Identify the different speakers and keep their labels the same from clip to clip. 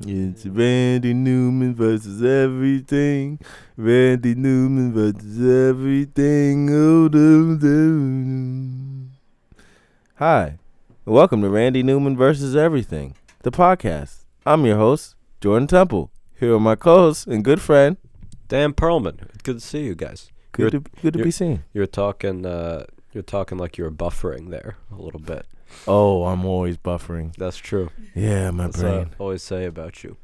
Speaker 1: It's Randy Newman versus everything. Randy Newman versus everything. Oh, do, do. Hi, and welcome to Randy Newman versus everything, the podcast. I'm your host, Jordan Temple. Here are my co-hosts and good friend.
Speaker 2: Dan Perlman, good to see you guys.
Speaker 1: Good to good to
Speaker 2: you're-
Speaker 1: be seen.
Speaker 2: You're talking, uh, you're talking like you were buffering there a little bit.
Speaker 1: Oh, I'm always buffering.
Speaker 2: That's true.
Speaker 1: Yeah, my
Speaker 2: That's
Speaker 1: brain.
Speaker 2: what I always say about you.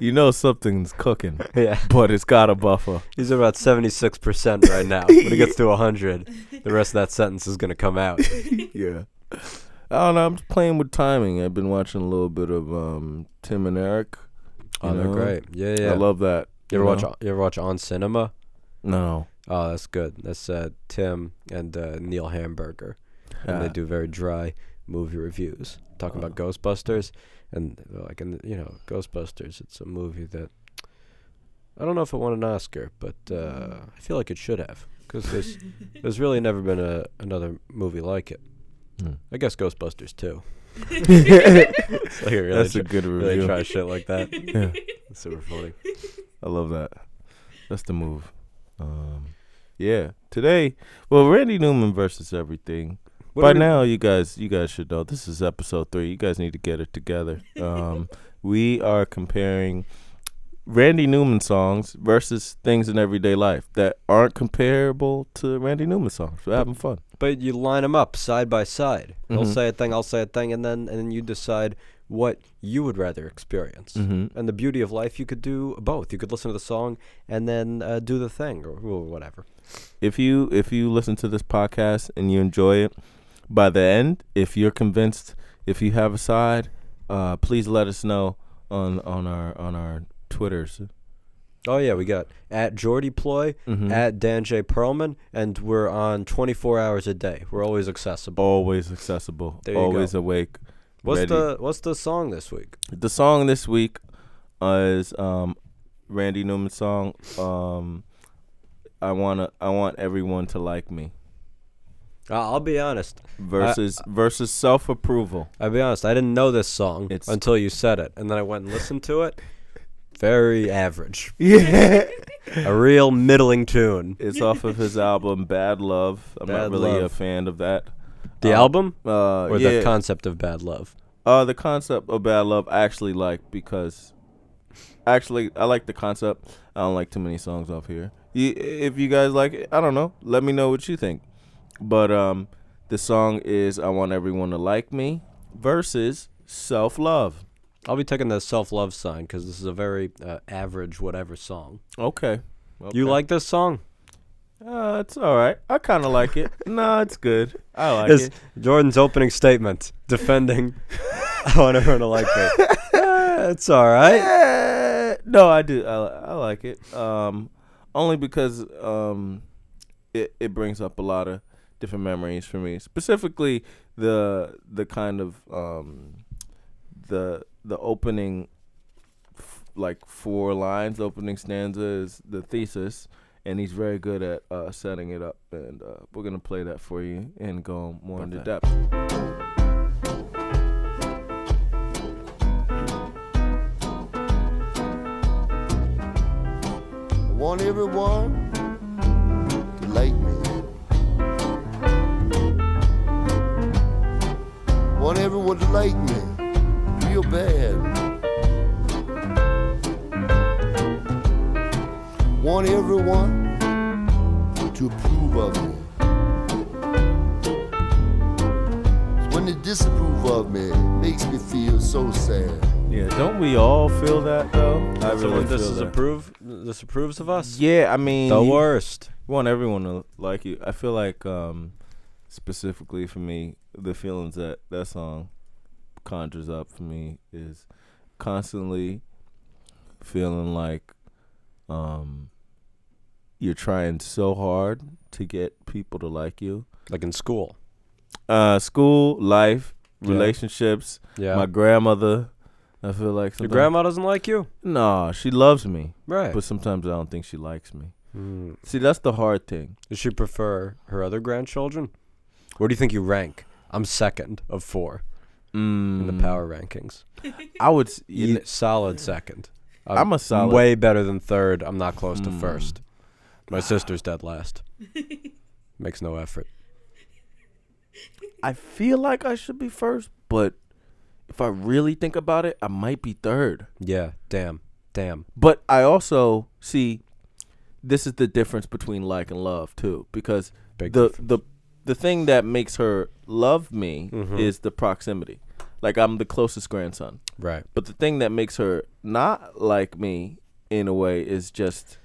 Speaker 1: You know something's cooking,
Speaker 2: Yeah,
Speaker 1: but it's got a buffer.
Speaker 2: he's at about seventy six percent right now. When he gets to hundred, the rest of that sentence is gonna come out.
Speaker 1: yeah. I don't know. I'm just playing with timing. I've been watching a little bit of um, Tim and Eric.
Speaker 2: Oh,
Speaker 1: you
Speaker 2: they're
Speaker 1: know?
Speaker 2: great. Yeah, yeah.
Speaker 1: I love that.
Speaker 2: you ever watch?
Speaker 1: know?
Speaker 2: You ever watch On Cinema?
Speaker 1: No.
Speaker 2: Oh, that's good. That's uh, Tim and uh, Neil Hamburger, and
Speaker 1: Ah.
Speaker 2: they do very dry movie reviews talking about Ghostbusters, and they're like, and you know, Ghostbusters. It's a movie that I don't know if it won an Oscar, but uh, I feel like it should have because there's there's really never been a another movie like it.
Speaker 1: Hmm.
Speaker 2: I guess Ghostbusters too.
Speaker 1: That's
Speaker 2: Like it really
Speaker 1: a
Speaker 2: tr-
Speaker 1: good review.
Speaker 2: really try shit like that.
Speaker 1: Yeah.
Speaker 2: It's super funny.
Speaker 1: I love that. That's the move. Um, yeah. Today, well, Randy Newman versus everything.
Speaker 2: What
Speaker 1: By
Speaker 2: do we-
Speaker 1: now, you guys, you guys should know this is episode three. You guys need to get it together. Um, we are comparing Randy Newman songs versus things in everyday life that aren't comparable to Randy Newman songs. We're having fun.
Speaker 2: But you line them up side by side. He'll
Speaker 1: Mhm.
Speaker 2: say a thing, I'll say a thing, and then and then you decide what you would rather experience.
Speaker 1: Mm-hmm.
Speaker 2: And the beauty of life, you could do both. You could listen to the song and then uh, do the thing or, or whatever.
Speaker 1: If you if you listen to this podcast and you enjoy it, by the end, if you're convinced, if you have a side, uh, please let us know on on our on our twitters.
Speaker 2: Oh yeah, we got at Jordy Ploy,
Speaker 1: Mhm.
Speaker 2: at Dan J Perlman, and we're on 24 hours a day. We're always accessible.
Speaker 1: Always accessible.
Speaker 2: There you
Speaker 1: always awake.
Speaker 2: What's
Speaker 1: ready.
Speaker 2: the What's the song this week?
Speaker 1: The song this week is um, Randy Newman's song. Um, I wanna, I want everyone to like me
Speaker 2: Uh, I'll be honest.
Speaker 1: versus versus self approval.
Speaker 2: I'll be honest. I didn't know this song
Speaker 1: It's-
Speaker 2: until you said it, and then I went and listened to it. Very average.
Speaker 1: Yeah,
Speaker 2: a real middling tune.
Speaker 1: it's off of his album Bad Love. I'm
Speaker 2: Bad
Speaker 1: not really a
Speaker 2: Love.
Speaker 1: fan of that.
Speaker 2: The
Speaker 1: Uh,
Speaker 2: album
Speaker 1: Uh,
Speaker 2: or
Speaker 1: yeah.
Speaker 2: the concept of bad love?
Speaker 1: uh, the concept of Bad Love I actually like because actually I like the concept. I don't like too many songs off here. You, if you guys like it, I don't know. Let me know what you think. But um, the song is "I Want Everyone to Like Me" versus "Self Love."
Speaker 2: I'll be taking the self love sign because this is a very uh, average whatever song.
Speaker 1: Okay. okay.
Speaker 2: You like this song?
Speaker 1: Uh, it's all right. I kind of like it. no, it's good. I like
Speaker 2: It's
Speaker 1: it.
Speaker 2: Jordan's opening statement defending. I want everyone to like it. Eh, it's all right.
Speaker 1: Eh, no, I do. I, I like it. Um, only because um, it it brings up a lot of different memories for me. Specifically, the the kind of um, the the opening, f- like four lines, opening stanza is the thesis, and he's very good at uh, setting it up. And uh, we're gonna play that for you and go more into
Speaker 2: Okay.
Speaker 1: depth.
Speaker 3: I want everyone to like me. Want everyone to like me real bad. Want everyone to approve of me. When they disapprove of me, it makes me feel so sad.
Speaker 1: Yeah, don't we all feel that though? I
Speaker 2: Someone
Speaker 1: feel that.
Speaker 2: disapprove disapproves of us.
Speaker 1: Yeah, I mean
Speaker 2: The
Speaker 1: you-
Speaker 2: worst.
Speaker 1: You want everyone to like you. I feel like um specifically for me, the feelings that that song conjures up for me is constantly feeling like um you're trying so hard to get people to like you.
Speaker 2: Like in school.
Speaker 1: Uh school, life,
Speaker 2: Yeah.
Speaker 1: relationships,
Speaker 2: Yeah.
Speaker 1: my grandmother. I feel like
Speaker 2: Your
Speaker 1: sometimes-
Speaker 2: grandma doesn't like you,
Speaker 1: No, she loves me,
Speaker 2: right?
Speaker 1: but sometimes I don't think she likes me.
Speaker 2: Hmm.
Speaker 1: See, that's the hard thing.
Speaker 2: Does she prefer her other grandchildren? Where do you think you rank? I'm second of four. in the power rankings.
Speaker 1: I would. s- Mm. Hmm. you uh,
Speaker 2: E-
Speaker 1: kn-
Speaker 2: solid second.
Speaker 1: I'm a solid-
Speaker 2: Way better than third. I'm not close to
Speaker 1: Hmm.
Speaker 2: first. My sister's dead last. Makes no effort.
Speaker 1: I feel like I should be first, but if I really think about it, I might be third.
Speaker 2: Yeah. Damn. Damn.
Speaker 1: But I also see this is the difference between like and love too, because
Speaker 2: Big
Speaker 1: the
Speaker 2: difference.
Speaker 1: the the thing that makes her love me
Speaker 2: Mhm.
Speaker 1: is the proximity. Like I'm the closest grandson,
Speaker 2: Right.
Speaker 1: but the thing that makes her not like me in a way is just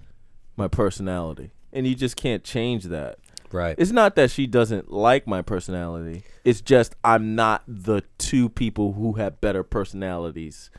Speaker 1: my personality, and you just can't change that.
Speaker 2: Right.
Speaker 1: It's not that she doesn't like my personality. It's just I'm not the two people who have better personalities,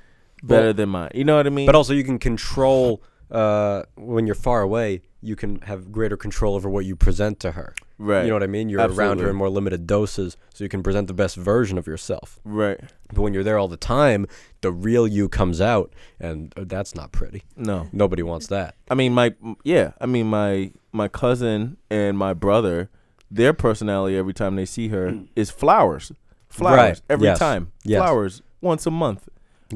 Speaker 1: better
Speaker 2: Well-
Speaker 1: than mine. You know what I mean?
Speaker 2: But also, you can control uh, when you're far away. You can have greater control over what you present to her.
Speaker 1: right.
Speaker 2: You know what I mean? You're around her
Speaker 1: Absolutely.
Speaker 2: in more limited doses, so you can present the best version of yourself.
Speaker 1: Right.
Speaker 2: But when you're there all the time, the real you comes out, and uh, that's not pretty.
Speaker 1: No.
Speaker 2: Nobody wants that.
Speaker 1: I mean my yeah. I mean my my cousin and my brother, their personality every time they see her is flowers, flowers
Speaker 2: Right.
Speaker 1: every
Speaker 2: Yes.
Speaker 1: time,
Speaker 2: Yes.
Speaker 1: flowers once a month.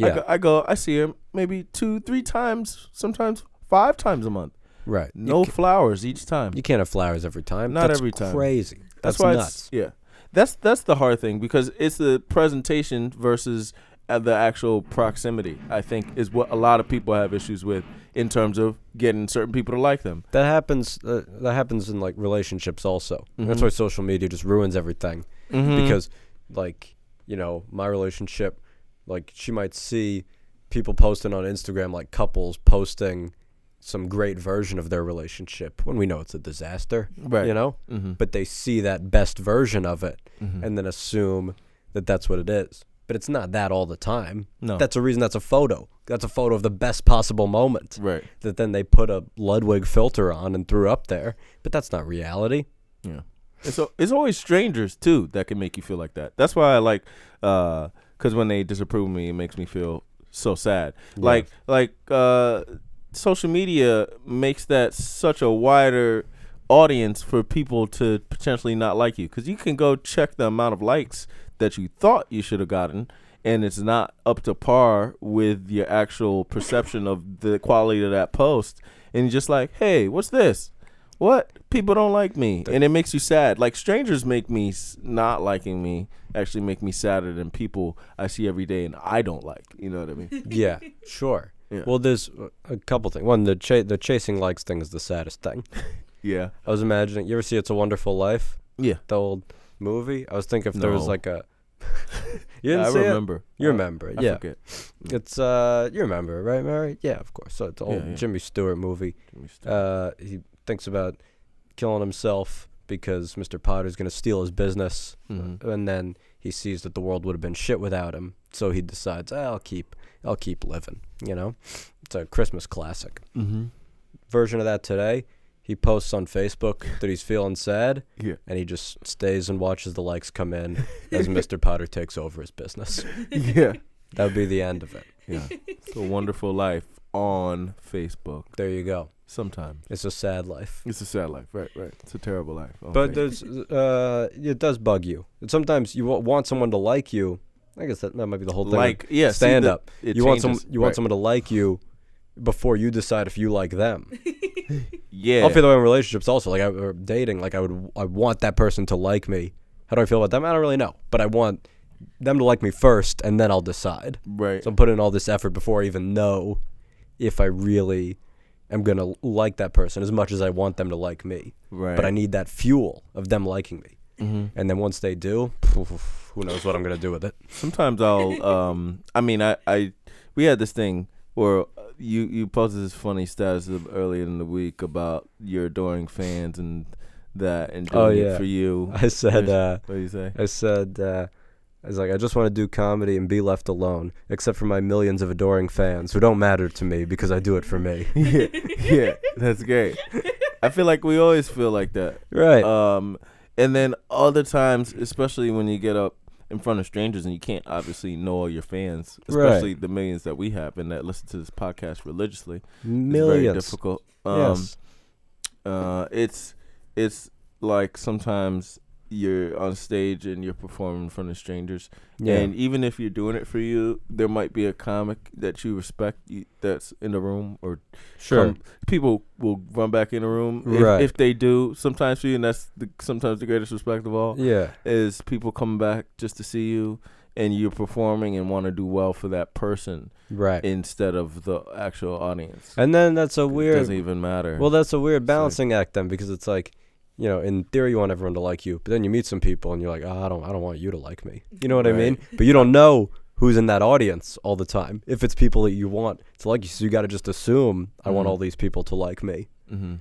Speaker 1: I
Speaker 2: Yeah.
Speaker 1: go, I go. I see her maybe two, three times, sometimes five times a month.
Speaker 2: Right. You
Speaker 1: No flowers each time.
Speaker 2: You can't have flowers every time.
Speaker 1: Not
Speaker 2: That's
Speaker 1: every time.
Speaker 2: Crazy. That's,
Speaker 1: That's, why
Speaker 2: nuts.
Speaker 1: It's, yeah, that's that's the hard thing because it's the presentation versus uh, the actual proximity. I think is what a lot of people have issues with in terms of getting certain people to like them.
Speaker 2: that happens. Uh, that happens in like relationships also. That's why social media just ruins everything because, like, you know, my relationship, like, she might see people posting on Instagram, like couples posting some great version of their relationship when we know it's a disaster.
Speaker 1: Right. Mm-hmm.
Speaker 2: You know. But they see that best version of it and then assume that that's what it is. But it's not that all the time.
Speaker 1: No.
Speaker 2: That's a reason that's a photo. That's a photo of the best possible moment.
Speaker 1: Right.
Speaker 2: That then they put a Ludwig filter on and threw up there. But that's not reality.
Speaker 1: Yeah. And so it's always strangers too that can make you feel like that. That's why I like because when they disapprove of me, it makes me feel so sad. Like like uh, social media makes that such a wider audience for people to potentially not like you because you can go check the amount of likes that you thought you should have gotten and it's not up to par with your actual perception of the quality of that post and you're just like hey what's this what people don't like me and it makes you sad like strangers make me s- not liking me actually make me sadder than people i see every day and i don't like you know what i mean
Speaker 2: Yeah, sure.
Speaker 1: Yeah.
Speaker 2: Well, there's uh, a couple things. One, the cha- the chasing likes thing is the saddest thing.
Speaker 1: yeah
Speaker 2: I was imagining. You ever see It's a Wonderful Life?
Speaker 1: yeah
Speaker 2: The old movie. I was thinking if there was
Speaker 1: No.
Speaker 2: like a. you didn't
Speaker 1: i
Speaker 2: see it?
Speaker 1: remember Uh,
Speaker 2: You remember? it,
Speaker 1: I
Speaker 2: yeah.
Speaker 1: forget.
Speaker 2: It's uh, you remember it, right, Mary? Yeah, of course. So it's an old
Speaker 1: Mm. yeah.
Speaker 2: Jimmy Stewart movie.
Speaker 1: Let me stop.
Speaker 2: Uh, he thinks about killing himself because Mr. Potter's gonna steal his business,
Speaker 1: Mhm.
Speaker 2: and then he sees that the world would have been shit without him. So he decides, "Ah, I'll keep, I'll keep living. You know, it's a Christmas classic
Speaker 1: Mhm.
Speaker 2: version of that today. He posts on Facebook that he's feeling sad,
Speaker 1: Yeah.
Speaker 2: and he just stays and watches the likes come in as Mr. Potter takes over his business.
Speaker 1: yeah.
Speaker 2: That would be the end of it.
Speaker 1: Yeah. It's a wonderful life on Facebook.
Speaker 2: There you go.
Speaker 1: Sometimes.
Speaker 2: It's a sad life.
Speaker 1: It's a sad life. Right, right. It's a terrible life. on
Speaker 2: But
Speaker 1: Facebook.
Speaker 2: there's, uh, it does bug you. And Sometimes you wa- want someone to like you. I guess that, that might be the whole thing.
Speaker 1: like yeah, see,
Speaker 2: stand
Speaker 1: the-
Speaker 2: up.
Speaker 1: it
Speaker 2: you want some,
Speaker 1: changes.
Speaker 2: you want
Speaker 1: Right.
Speaker 2: someone to like you before you decide if you like them.
Speaker 1: Yeah.
Speaker 2: I'll feel that way in relationships also. Like I, or dating, like I would, I want that person to like me. How do I feel about them? I don't really know, but I want them to like me first, and then I'll decide.
Speaker 1: right.
Speaker 2: So I'm putting in all this effort before I even know if I really am gonna like that person as much as I want them to like me.
Speaker 1: right. Mm-hmm.
Speaker 2: But I need that fuel of them liking me. And then once they do, who knows what I'm gonna do with it?
Speaker 1: sometimes I'll um I mean I I we had this thing where uh, you you posted this funny status of earlier in the week about your adoring fans and that and doing
Speaker 2: Oh,
Speaker 1: it
Speaker 2: yeah.
Speaker 1: for you.
Speaker 2: I said,
Speaker 1: There's-
Speaker 2: uh,
Speaker 1: what do you say?
Speaker 2: I said, uh, I was like, I just want to do comedy and be left alone, except for my millions of adoring fans who don't matter to me because I do it for me.
Speaker 1: yeah, yeah, that's great. I feel like we always feel like that.
Speaker 2: right.
Speaker 1: Um, and then other times, especially when you get up in front of strangers and you can't obviously know all your fans,
Speaker 2: Right.
Speaker 1: especially the millions that we have and that listen to this podcast religiously. It's very Um,
Speaker 2: millions.
Speaker 1: difficult. Um,
Speaker 2: yes.
Speaker 1: uh, it's it's like sometimes you're on stage and you're performing in front of strangers.
Speaker 2: Yeah.
Speaker 1: And even if you're doing it for you, there might be a comic that you respect y- that's in the room or
Speaker 2: sure.
Speaker 1: come- people will run back in the room if,
Speaker 2: Right.
Speaker 1: if they do. Sometimes for you, and that's the, sometimes the greatest respect of all
Speaker 2: yeah.
Speaker 1: is people coming back just to see you and you're performing and want to do well for that person
Speaker 2: Right.
Speaker 1: instead of the actual audience.
Speaker 2: and then that's a
Speaker 1: It
Speaker 2: weird
Speaker 1: doesn't even matter.
Speaker 2: Well, that's a weird
Speaker 1: like-
Speaker 2: balancing act then, because it's like, you know, in theory you want everyone to like you, but then you meet some people and you're like, oh, I don't, I don't want you to like me. You know what I
Speaker 1: Right.
Speaker 2: mean? But you don't know who's in that audience all the time. If it's people that you want to like you, so you got to just assume I want
Speaker 1: Mhm.
Speaker 2: all these people to like me.
Speaker 1: mm-hmm.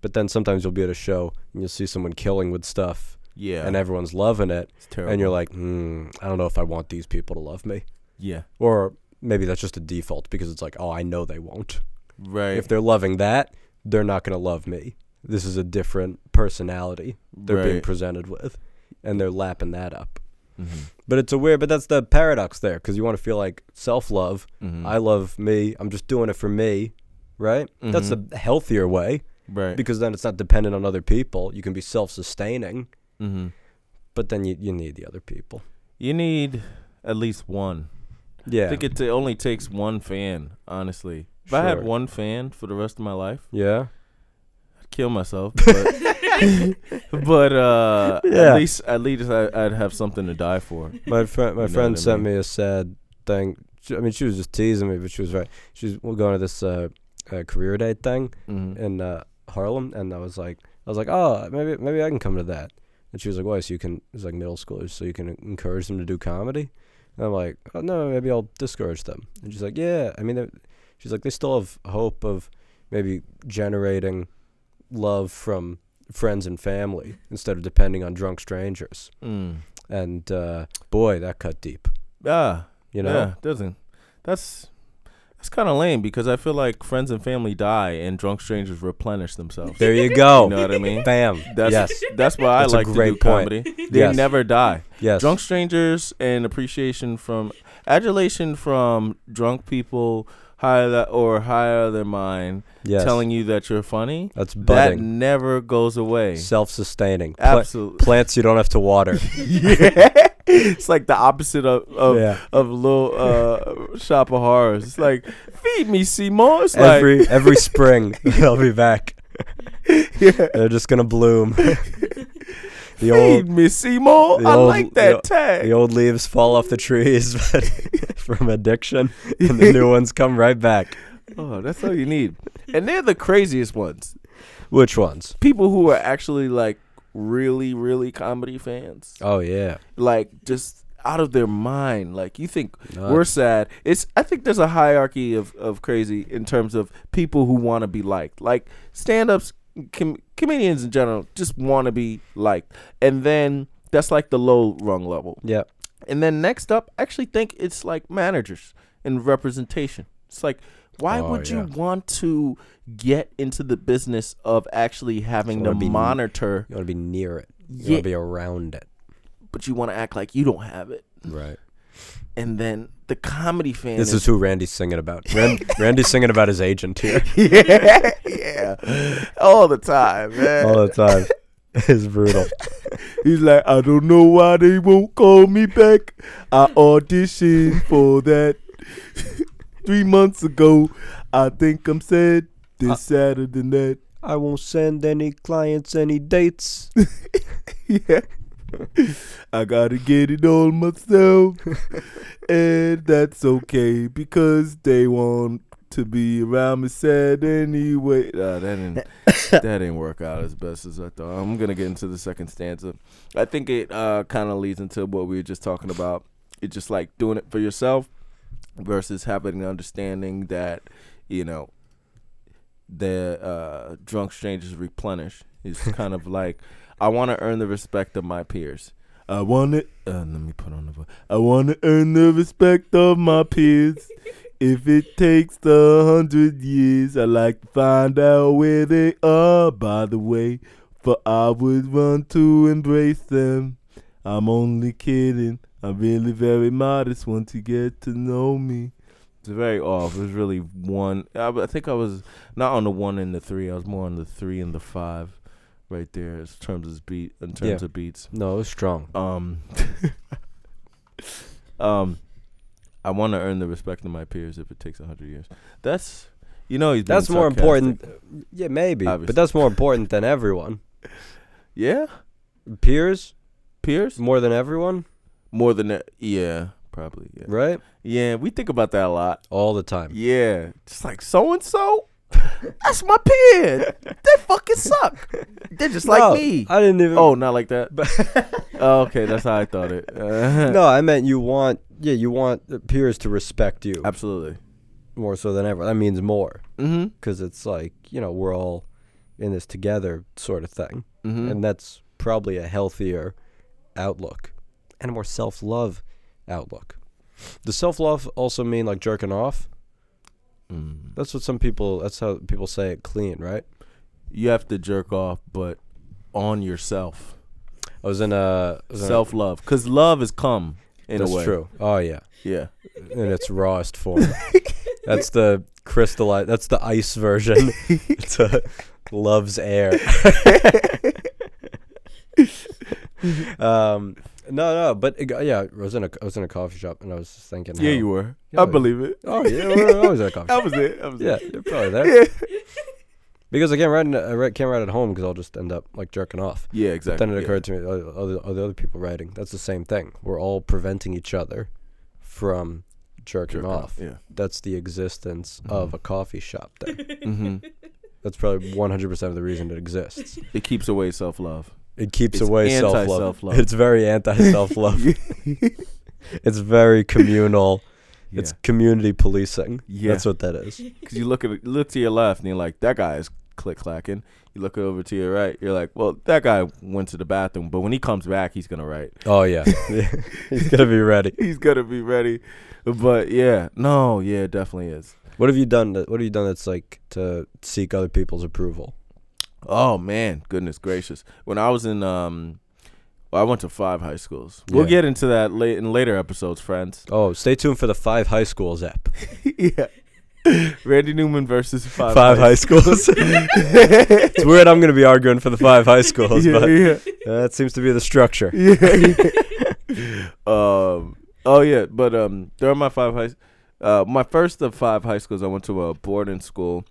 Speaker 2: But then sometimes you'll be at a show and you'll see someone killing with stuff,
Speaker 1: yeah,
Speaker 2: and everyone's loving it,
Speaker 1: it's terrible.
Speaker 2: and you're like, hmm, I don't know if I want these people to love me,
Speaker 1: yeah,
Speaker 2: or maybe that's just a default because it's like, oh, I know they won't
Speaker 1: right.
Speaker 2: if they're loving that, they're not going to love me. This is a different personality they're being
Speaker 1: Right.
Speaker 2: presented with, and they're lapping that up.
Speaker 1: Mhm.
Speaker 2: But it's a weird, but that's the paradox there because you want to feel like self love.
Speaker 1: Mhm.
Speaker 2: I love me. I'm just doing it for me, right? That's the healthier way
Speaker 1: Mm-hmm. right.
Speaker 2: because then it's not dependent on other people. You can be self sustaining,
Speaker 1: mm-hmm.
Speaker 2: but then you, you need the other people.
Speaker 1: You need at least one.
Speaker 2: Yeah.
Speaker 1: I think it ta- only takes one fan, honestly. If I
Speaker 2: Sure.
Speaker 1: had one fan for the rest of my life,
Speaker 2: yeah.
Speaker 1: I'd kill myself. But, but uh,
Speaker 2: Yeah.
Speaker 1: at least at least I, I'd have something to die for.
Speaker 2: my friend, my
Speaker 1: You know
Speaker 2: friend
Speaker 1: what I
Speaker 2: sent
Speaker 1: mean?
Speaker 2: me a sad thing. She, I mean, she was just teasing me, but she was right. She was we're going to this uh, uh, career day thing
Speaker 1: Mm-hmm.
Speaker 2: in uh, Harlem, and I was like, I was like, oh, maybe maybe I can come to that. And she was like, why? So you can? It's like middle schoolers, so you can encourage them to do comedy. And I'm like, oh no, maybe I'll discourage them. And she's like, yeah. I mean, they- she's like, they still have hope of maybe generating love from friends and family instead of depending on drunk strangers
Speaker 1: Mm.
Speaker 2: and uh, boy, that cut deep.
Speaker 1: Ah,
Speaker 2: You know,
Speaker 1: yeah, doesn't. That's that's kind of lame because I feel like friends and family die and drunk strangers replenish themselves.
Speaker 2: there you go.
Speaker 1: You know what I mean?
Speaker 2: Bam.
Speaker 1: That's,
Speaker 2: yes,
Speaker 1: that's why I
Speaker 2: That's a
Speaker 1: like to
Speaker 2: great
Speaker 1: do
Speaker 2: point.
Speaker 1: comedy. They
Speaker 2: Yes.
Speaker 1: never die.
Speaker 2: yes.
Speaker 1: Drunk strangers and appreciation from adulation from drunk people higher tha- or higher than mine
Speaker 2: yes.
Speaker 1: telling you that you're funny.
Speaker 2: that's
Speaker 1: That
Speaker 2: budding,
Speaker 1: never goes away.
Speaker 2: self-sustaining. Pla-
Speaker 1: Absolutely.
Speaker 2: plants you don't have to water.
Speaker 1: yeah. It's like the opposite of of,
Speaker 2: Yeah.
Speaker 1: of little uh, shop of horrors. It's like feed me Seymour. It's
Speaker 2: every every spring they'll be back.
Speaker 1: like yeah,
Speaker 2: They're just gonna bloom. the
Speaker 1: feed
Speaker 2: old
Speaker 1: me Seymour.
Speaker 2: the
Speaker 1: I
Speaker 2: old-
Speaker 1: like
Speaker 2: the
Speaker 1: that
Speaker 2: o-
Speaker 1: tag.
Speaker 2: the old leaves fall off the trees from addiction, and the new ones come right back.
Speaker 1: Oh, that's all you need. And they're the craziest ones.
Speaker 2: Which ones?
Speaker 1: People who are actually like really, really comedy fans.
Speaker 2: Oh yeah,
Speaker 1: Like just out of their mind. Like you think
Speaker 2: Nuts.
Speaker 1: we're sad. It's I think there's a hierarchy of, of crazy in terms of people who want to be liked. Like stand ups com- comedians in general just want to be liked. And then that's like the low rung level.
Speaker 2: yeah.
Speaker 1: And then next up, I actually think it's like managers and representation. It's like, why
Speaker 2: Oh,
Speaker 1: would
Speaker 2: yeah.
Speaker 1: you want to get into the business of actually having
Speaker 2: Just
Speaker 1: to
Speaker 2: wanna be-
Speaker 1: monitor,
Speaker 2: You want to be near it. You
Speaker 1: Yeah.
Speaker 2: want to be around it.
Speaker 1: but you want to act like you don't have it?
Speaker 2: Right.
Speaker 1: And then the comedy fan
Speaker 2: This is who Randy's singing about. Rand, Randy's singing about his agent here
Speaker 1: yeah, yeah, all the time, man.
Speaker 2: all the time. It's brutal.
Speaker 1: He's like, I don't know why they won't call me back. I auditioned for that three months ago. I think I'm sad this Saturday night.
Speaker 2: I won't send any clients any dates.
Speaker 1: yeah. I gotta get it all myself. and that's okay because they want to be around me sad anyway. Nah, that didn't that didn't work out as best as I thought. I'm gonna get into the second stanza. I think it uh kinda leads into what we were just talking about. It's just like doing it for yourself versus having the understanding that, you know, the uh, drunk strangers replenish. It's kind of like I want to earn the respect of my peers. I want to. Uh, let me put on the. vo- I want to earn the respect of my peers. If it takes a hundred years, I like to find out where they are. By the way, for I would run to embrace them. I'm only kidding. I'm really very modest. Once you get to know me, it's very off. It was really one. I, I think I was not on the one and the three. I was more on the three and the five. right there in terms of beat in terms
Speaker 2: Yeah.
Speaker 1: of beats.
Speaker 2: No, it was strong.
Speaker 1: Um, um, I want to earn the respect of my peers if it takes a hundred years. That's you know he's being
Speaker 2: That's more
Speaker 1: sarcastic.
Speaker 2: important. Yeah, maybe,
Speaker 1: Obviously.
Speaker 2: but that's more important than everyone.
Speaker 1: Yeah,
Speaker 2: Peers
Speaker 1: peers
Speaker 2: more than everyone,
Speaker 1: more than that. Yeah, probably. Yeah,
Speaker 2: right?
Speaker 1: yeah. We think about that a lot.
Speaker 2: All the time.
Speaker 1: Yeah, just like so and so. That's my peer. They fucking suck. They're just
Speaker 2: No,
Speaker 1: like me.
Speaker 2: I didn't even.
Speaker 1: oh, not like that. oh, okay, that's how I thought it.
Speaker 2: no, I meant you want. Yeah, you want the peers to respect you
Speaker 1: absolutely.
Speaker 2: more so than ever. That means more
Speaker 1: Mm-hmm.
Speaker 2: because it's like you know we're all in this together sort of thing,
Speaker 1: Mhm.
Speaker 2: and that's probably a healthier outlook and a more self love outlook. Does self love also mean like jerking off?
Speaker 1: Mm.
Speaker 2: That's what some people. That's how people say it clean, right?
Speaker 1: you have to jerk off, but on yourself.
Speaker 2: I was in a I was in a-
Speaker 1: Self love, because love is come in
Speaker 2: that's
Speaker 1: a way.
Speaker 2: true. Oh yeah,
Speaker 1: Yeah,
Speaker 2: in its rawest form. that's the crystallized. That's the ice version. it's a love's air. um, no, no, but it, got- yeah, I was in a I was in a coffee shop and I was just thinking.
Speaker 1: yeah,
Speaker 2: how-
Speaker 1: you were.
Speaker 2: Yeah,
Speaker 1: I
Speaker 2: I-
Speaker 1: believe it.
Speaker 2: Oh yeah, we were always at a coffee
Speaker 1: I
Speaker 2: shop.
Speaker 1: was there. I was
Speaker 2: Yeah,
Speaker 1: there.
Speaker 2: you're probably there. Because I can't ride. in- I ri- can't ride at home because I'll just end up like jerking off.
Speaker 1: Yeah, exactly.
Speaker 2: Then it
Speaker 1: yeah.
Speaker 2: occurred to me, are, are, the, are the other people writing? That's the same thing. We're all preventing each other from jerking,
Speaker 1: Jerking
Speaker 2: off.
Speaker 1: Yeah.
Speaker 2: That's the existence
Speaker 1: Mm-hmm.
Speaker 2: of a coffee shop thing.
Speaker 1: hmm
Speaker 2: That's probably 100% of the reason it exists.
Speaker 1: It keeps away self love.
Speaker 2: It keeps
Speaker 1: It's
Speaker 2: away self love.
Speaker 1: anti-self-love.
Speaker 2: It's very anti self love. it's very communal.
Speaker 1: Yeah.
Speaker 2: It's community policing.
Speaker 1: Yeah.
Speaker 2: That's what that is.
Speaker 1: Because you look at look to your left and you're like, that guy is click clacking. You look over to your right, you're like, well, that guy went to the bathroom, but when he comes back, he's gonna write.
Speaker 2: Oh, yeah. He's going to be ready.
Speaker 1: He's gonna be ready. But yeah, no, yeah, it definitely is.
Speaker 2: What have you done? That, what have you done that's like to seek other people's approval?
Speaker 1: Oh man, goodness gracious! When I was in, um, well, I went to five high schools. We'll
Speaker 2: Yeah.
Speaker 1: get into that late in later episodes, friends.
Speaker 2: Oh, stay tuned for the Five High Schools app.
Speaker 1: yeah, Randy Newman versus five.
Speaker 2: five high schools. it's weird. I'm going to be arguing for the five high schools,
Speaker 1: yeah,
Speaker 2: but
Speaker 1: yeah,
Speaker 2: uh, that seems to be the structure.
Speaker 1: yeah, yeah. um. Oh yeah, but um, during my five high, uh, my first of five high schools, I went to a boarding school.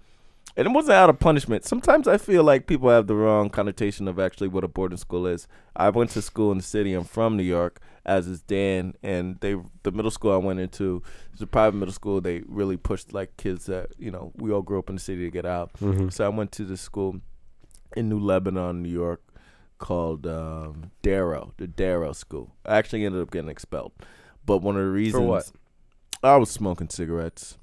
Speaker 1: And it wasn't out of punishment. Sometimes I feel like people have the wrong connotation of actually what a boarding school is. I went to school in the city. I'm from New York, as is Dan. And they, the middle school I went into, it's a private middle school. They really pushed like kids that you know we all grew up in the city to get out.
Speaker 2: Mhm.
Speaker 1: Mm-hmm. So I went to this school in New Lebanon, New York, called um, Darrow, the Darrow School. I actually ended up getting expelled, but one of the reasons
Speaker 2: what?
Speaker 1: I was smoking cigarettes.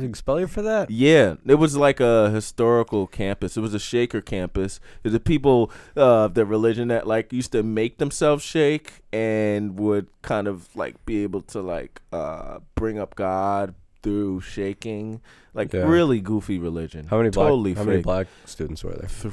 Speaker 2: Expel you for that?
Speaker 1: Yeah, it was like a historical campus. It was a shaker campus. It was the people uh, of the religion that like used to make themselves shake and would kind of like be able to like uh, bring up God through shaking. Like
Speaker 2: Yeah.
Speaker 1: really goofy religion.
Speaker 2: How many black?
Speaker 1: Totally
Speaker 2: how many
Speaker 1: fake.
Speaker 2: black students were there?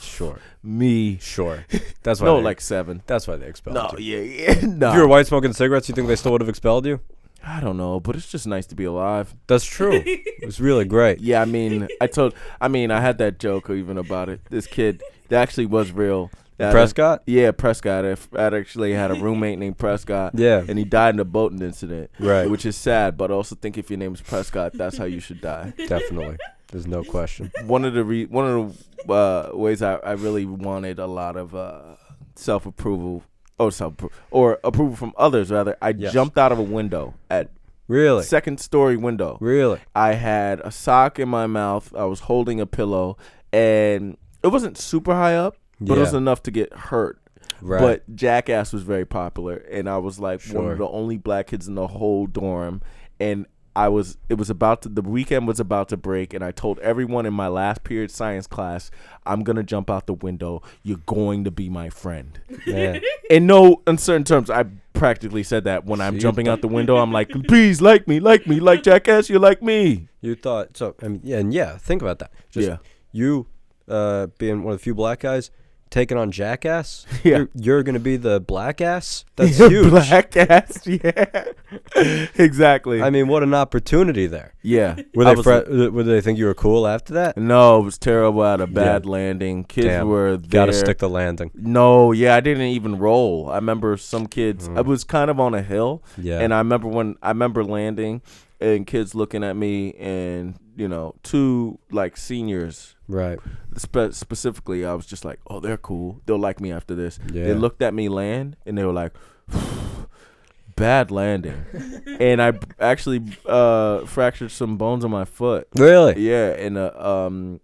Speaker 2: Sure,
Speaker 1: Me.
Speaker 2: sure. That's why.
Speaker 1: No,
Speaker 2: they-
Speaker 1: like seven.
Speaker 2: that's why they expelled
Speaker 1: No,
Speaker 2: you.
Speaker 1: yeah, yeah, no.
Speaker 2: If you were white smoking cigarettes, you think they still would have expelled you?
Speaker 1: I don't know, but it's just nice to be alive.
Speaker 2: That's true. it was really great.
Speaker 1: Yeah, I mean, I told, I mean, I had that joke even about it. This kid that actually was real. That-
Speaker 2: Prescott.
Speaker 1: Yeah, Prescott. I f- I'd actually had a roommate named Prescott.
Speaker 2: Yeah.
Speaker 1: And he died in a boating incident.
Speaker 2: Right.
Speaker 1: Which is sad, but I also think if your name is Prescott, that's how you should die.
Speaker 2: Definitely. There's no question.
Speaker 1: one of the re- one of the uh, ways I, I really wanted a lot of uh, self approval or self or approval from others rather. I
Speaker 2: Yes.
Speaker 1: jumped out of a window at
Speaker 2: Really,
Speaker 1: second story window.
Speaker 2: really.
Speaker 1: I had a sock in my mouth. I was holding a pillow, and it wasn't super high up, but it was
Speaker 2: Yeah.
Speaker 1: enough to get hurt.
Speaker 2: Right.
Speaker 1: But Jackass was very popular, and I was like one
Speaker 2: Sure.
Speaker 1: of the only black kids in the whole dorm. And I was, it was about to, the weekend was about to break, and I told everyone in my last period science class, I'm gonna jump out the window. You're going to be my friend.
Speaker 2: Man.
Speaker 1: In no uncertain terms, I practically said that when I'm
Speaker 2: See,
Speaker 1: jumping out the window. I'm like, please like me, like me, like Jackass, you like me.
Speaker 2: You thought so, I mean, yeah, and yeah, think about that. Just
Speaker 1: Yeah.
Speaker 2: you uh, being one of the few black guys taking on Jackass.
Speaker 1: Yeah.
Speaker 2: You're, you're gonna be the black ass. That's huge.
Speaker 1: Black ass, yeah. exactly.
Speaker 2: I mean, what an opportunity there.
Speaker 1: yeah.
Speaker 2: Were
Speaker 1: I
Speaker 2: they
Speaker 1: was
Speaker 2: fri-
Speaker 1: like-
Speaker 2: uh, would they think you were cool after that?
Speaker 1: No, it was terrible. I had a bad landing. Kids
Speaker 2: Damn.
Speaker 1: were there.
Speaker 2: Got to stick the landing.
Speaker 1: No, yeah, I didn't even roll. I remember some kids. I was kind of on a hill,
Speaker 2: Yeah.
Speaker 1: and I remember when I remember landing, and kids looking at me, and you know, two like seniors
Speaker 2: Right.
Speaker 1: spe- specifically. I was just like, oh, they're cool. They'll like me after this.
Speaker 2: Yeah.
Speaker 1: They looked at me land, and they were like, bad landing, and I b- actually uh, fractured some bones on my foot.
Speaker 2: Really?
Speaker 1: Yeah, and a um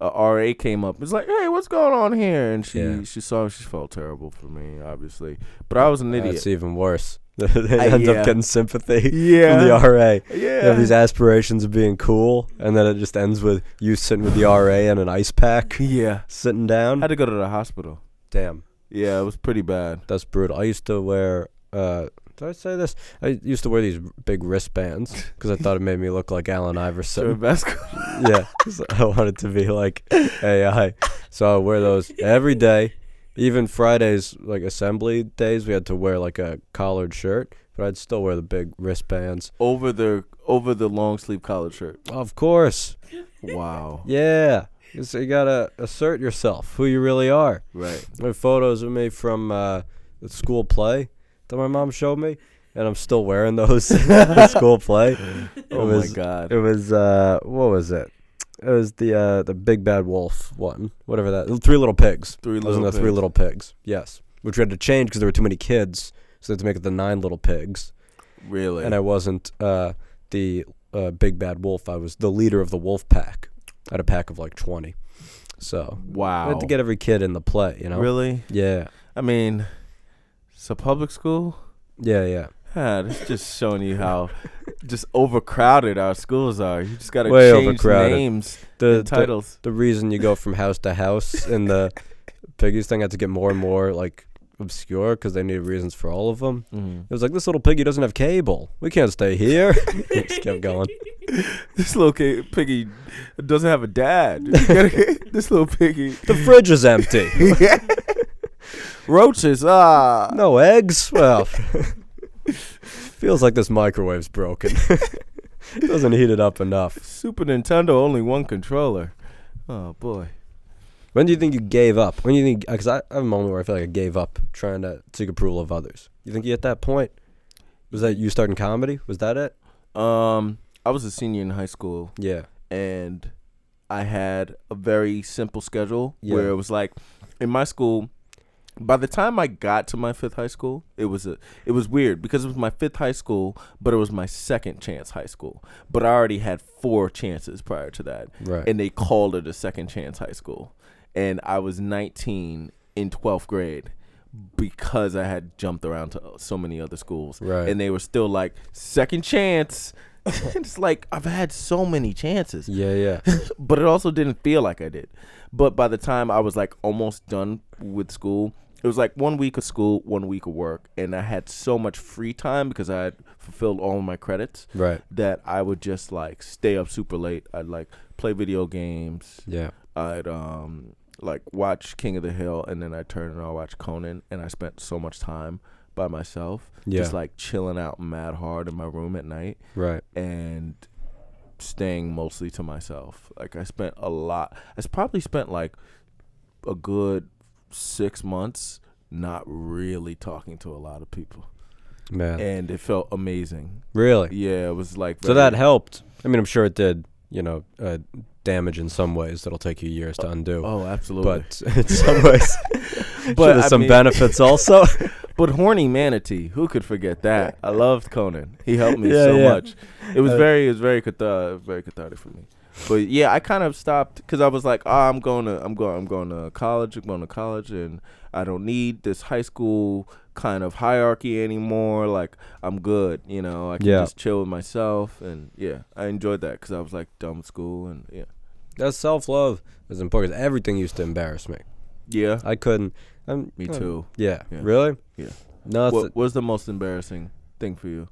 Speaker 1: a RA came up. It's like, hey, what's going on here? And she
Speaker 2: Yeah.
Speaker 1: she saw she felt terrible for me, obviously. But I was an idiot.
Speaker 2: That's even worse. they end
Speaker 1: yeah.
Speaker 2: up getting sympathy from the
Speaker 1: Yeah.
Speaker 2: RA. You have
Speaker 1: Yeah.
Speaker 2: these aspirations of being cool, and then it just ends with you sitting with the RA and an ice pack,
Speaker 1: Yeah.
Speaker 2: sitting
Speaker 1: I
Speaker 2: down.
Speaker 1: had to go to the hospital.
Speaker 2: Damn,
Speaker 1: Yeah, it was pretty bad.
Speaker 2: that's brutal. I used to wear. Uh, did I say this? I used to wear these big wristbands because I thought it made me look like Allen
Speaker 1: So
Speaker 2: Iverson.
Speaker 1: basketball.
Speaker 2: yeah, 'cause I wanted to be like AI. So I wear those every day. Even Fridays, like assembly days, we had to wear like a collared shirt, but I'd still wear the big wristbands.
Speaker 1: over the over the long sleeve collared shirt.
Speaker 2: Of course.
Speaker 1: Wow.
Speaker 2: Yeah. So you gotta assert yourself, who you really are.
Speaker 1: Right.
Speaker 2: I have photos of me from uh, the school play that my mom showed me, and I'm still wearing those the school play. It
Speaker 1: Oh
Speaker 2: was,
Speaker 1: my god.
Speaker 2: It was uh, what was it? It was the uh, the Big Bad Wolf one, whatever that. Three Little Pigs.
Speaker 1: Three
Speaker 2: Those
Speaker 1: Little
Speaker 2: are the Three
Speaker 1: Pigs.
Speaker 2: Little Pigs. Yes, which we had to change because there were too many kids, so they had to make it the Nine Little Pigs.
Speaker 1: Really.
Speaker 2: And I wasn't uh, the uh, Big Bad Wolf. I was the leader of the wolf pack. I had a pack of like twenty. So I
Speaker 1: wow.
Speaker 2: had to get every kid in the play, you know.
Speaker 1: Really?
Speaker 2: Yeah.
Speaker 1: I mean, it's a public school.
Speaker 2: Yeah, yeah.
Speaker 1: God, it's just showing you how just overcrowded our schools are. You just gotta
Speaker 2: Way
Speaker 1: change
Speaker 2: overcrowded.
Speaker 1: names
Speaker 2: The,
Speaker 1: and titles.
Speaker 2: The, the reason you go from house to house in the piggies thing had to get more and more like obscure because they needed reasons for all of them.
Speaker 1: Mhm.
Speaker 2: It was like this little piggy doesn't have cable. We can't stay here. It just kept going.
Speaker 1: This little ki- piggy doesn't have a dad. You gotta- this little piggy.
Speaker 2: The fridge is empty.
Speaker 1: Roaches, ah.
Speaker 2: No eggs. Well, feels like this microwave's broken. doesn't heat it up enough.
Speaker 1: Super Nintendo, only one controller. Oh, boy.
Speaker 2: When do you think you gave up? When do you think? Because I, I have a moment where I feel like I gave up trying to seek approval of others. You think you hit that point? Was that you starting comedy? Was that it?
Speaker 1: Um, I was a senior in high school
Speaker 2: Yeah.
Speaker 1: and I had a very simple schedule
Speaker 2: Yeah.
Speaker 1: where it was like in my school. By the time I got to my fifth high school, it was a it was weird because it was my fifth high school, but it was my second chance high school. But I already had four chances prior to that,
Speaker 2: Right.
Speaker 1: and they called it a second chance high school. And I was 19 in 12th grade because I had jumped around to so many other schools,
Speaker 2: Right.
Speaker 1: and they were still like second chance. it's like I've had so many chances
Speaker 2: Yeah, yeah.
Speaker 1: but it also didn't feel like I did. But by the time I was like almost done with school, it was like one week of school, one week of work, and I had so much free time because I had fulfilled all of my credits
Speaker 2: right.
Speaker 1: that I would just like stay up super late. I'd like play video games.
Speaker 2: Yeah.
Speaker 1: I'd um like watch King of the Hill, and then I turn and I watch Conan, and I spent so much time by myself,
Speaker 2: Yeah.
Speaker 1: just like chilling out mad hard in my room at night
Speaker 2: Right.
Speaker 1: and staying mostly to myself. Like I spent a lot. I s- probably spent like a good six months not really talking to a lot of people,
Speaker 2: Man.
Speaker 1: and it felt amazing.
Speaker 2: really.
Speaker 1: Yeah, it was like
Speaker 2: So
Speaker 1: very-
Speaker 2: that helped. I mean, I'm sure it did, you know, uh, damage in some ways that'll take you years to undo.
Speaker 1: Oh, absolutely.
Speaker 2: but in some ways,
Speaker 1: But,
Speaker 2: sure, there's
Speaker 1: I
Speaker 2: some
Speaker 1: mean-
Speaker 2: benefits also.
Speaker 1: But horny manatee, who could forget that? I loved Conan. He helped me
Speaker 2: Yeah,
Speaker 1: so
Speaker 2: yeah.
Speaker 1: much. It was
Speaker 2: Uh,
Speaker 1: very, it was very cathartic, very cathartic for me. But yeah, I kind of stopped because I was like, oh, I'm going to, I'm going, I'm going to college, I'm going to college, and I don't need this high school kind of hierarchy anymore. Like I'm good, you know. I can
Speaker 2: Yeah.
Speaker 1: just chill with myself, and yeah, I enjoyed that because I was like done with school, and yeah,
Speaker 2: That's self love is important. 'cause Everything used to embarrass me.
Speaker 1: yeah,
Speaker 2: I couldn't. I'm,
Speaker 1: me
Speaker 2: I'm-
Speaker 1: too.
Speaker 2: Yeah.
Speaker 1: Yeah.
Speaker 2: Really?
Speaker 1: Yeah.
Speaker 2: No, it's
Speaker 1: What was the most embarrassing thing for you?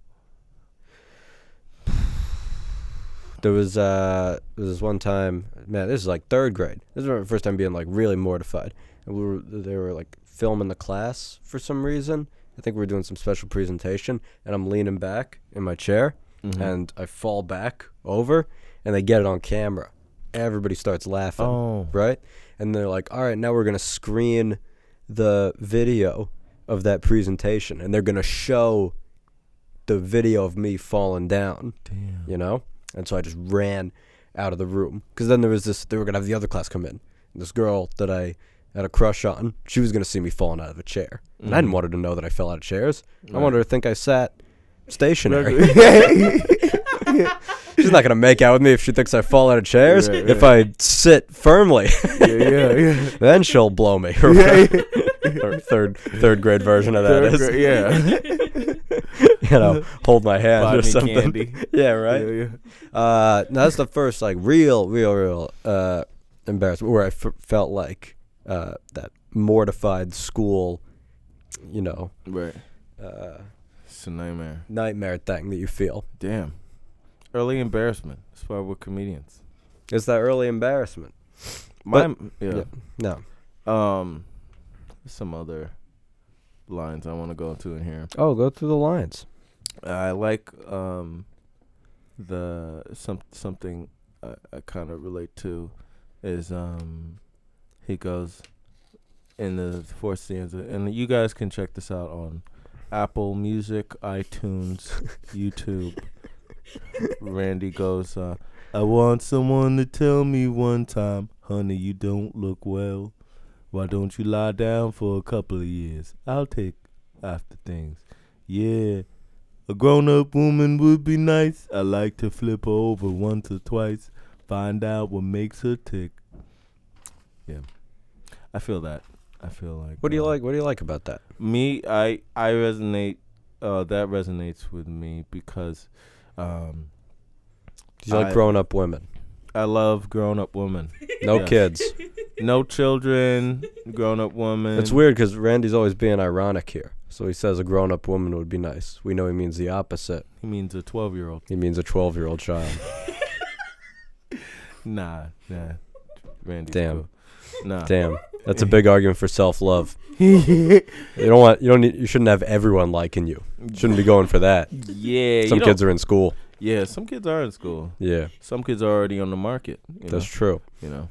Speaker 2: There was uh there was one time, man, this is like third grade. This is my first time being like really mortified. And we were they were like filming the class for some reason. I think we were doing some special presentation, and I'm leaning back in my chair,
Speaker 1: Mm-hmm.
Speaker 2: and I fall back over, and they get it on camera. Everybody starts laughing,
Speaker 1: Oh.
Speaker 2: right? And they're like, "All right, now we're gonna screen the video of that presentation, and they're gonna show the video of me falling down."
Speaker 1: Damn.
Speaker 2: you know? And so I just ran out of the room. Because then there was this, they were going to have the other class come in. And this girl that I had a crush on, she was going to see me falling out of a chair. And
Speaker 1: Mm.
Speaker 2: I didn't want her to know that I fell out of chairs. I wanted her to think I sat stationary. She's not going to make out with me if she thinks I fall out of chairs.
Speaker 1: Right,
Speaker 2: If I sit firmly,
Speaker 1: yeah, yeah, yeah.
Speaker 2: then she'll blow me. Or third, third grade version of that
Speaker 1: Third
Speaker 2: is,
Speaker 1: grade, uh, yeah.
Speaker 2: you know, hold my hand or
Speaker 1: Botany
Speaker 2: something.
Speaker 1: candy.
Speaker 2: Yeah, right.
Speaker 1: Yeah, yeah.
Speaker 2: Uh, now that's the first like real, real, real uh, embarrassment where I f- felt like uh, that mortified school, you know,
Speaker 1: Right.
Speaker 2: uh,
Speaker 1: It's a nightmare.
Speaker 2: nightmare thing that you feel.
Speaker 1: Damn. Early embarrassment. That's why we're comedians.
Speaker 2: It's that early embarrassment.
Speaker 1: My yeah.
Speaker 2: yeah. No.
Speaker 1: Um, some other lines I want to go into in here.
Speaker 2: Oh, go through the lines.
Speaker 1: I like um the some something I, I kind of relate to is um he goes in the fourth stanza and you guys can check this out on Apple Music, iTunes, YouTube. Randy goes uh I want someone to tell me one time, honey, you don't look well. Why don't you lie down for a couple of years? I'll take after things. Yeah. A grown up woman would be nice. I like to flip her over once or twice, find out what makes her tick. Yeah. I feel that. I feel like
Speaker 2: What do you
Speaker 1: uh,
Speaker 2: like? What do you like about that?
Speaker 1: me i i resonate uh that resonates with me because um
Speaker 2: Do you like
Speaker 1: I-
Speaker 2: grown-up women?
Speaker 1: i love grown-up women
Speaker 2: No
Speaker 1: Yes.
Speaker 2: kids.
Speaker 1: no children grown-up woman
Speaker 2: It's weird because Randy's always being ironic here. So he says a grown-up woman would be nice. We know he means the opposite.
Speaker 1: he means a 12 year old
Speaker 2: He means a twelve-year-old child.
Speaker 1: nah nah randy
Speaker 2: Damn.
Speaker 1: nah
Speaker 2: Damn, that's a big argument for self-love. You don't want you don't need, you shouldn't have everyone liking you. Shouldn't be going for that.
Speaker 1: yeah
Speaker 2: Some kids are in school.
Speaker 1: yeah some kids are in school
Speaker 2: Yeah,
Speaker 1: some kids are already on the market you know?
Speaker 2: that's true.
Speaker 1: you know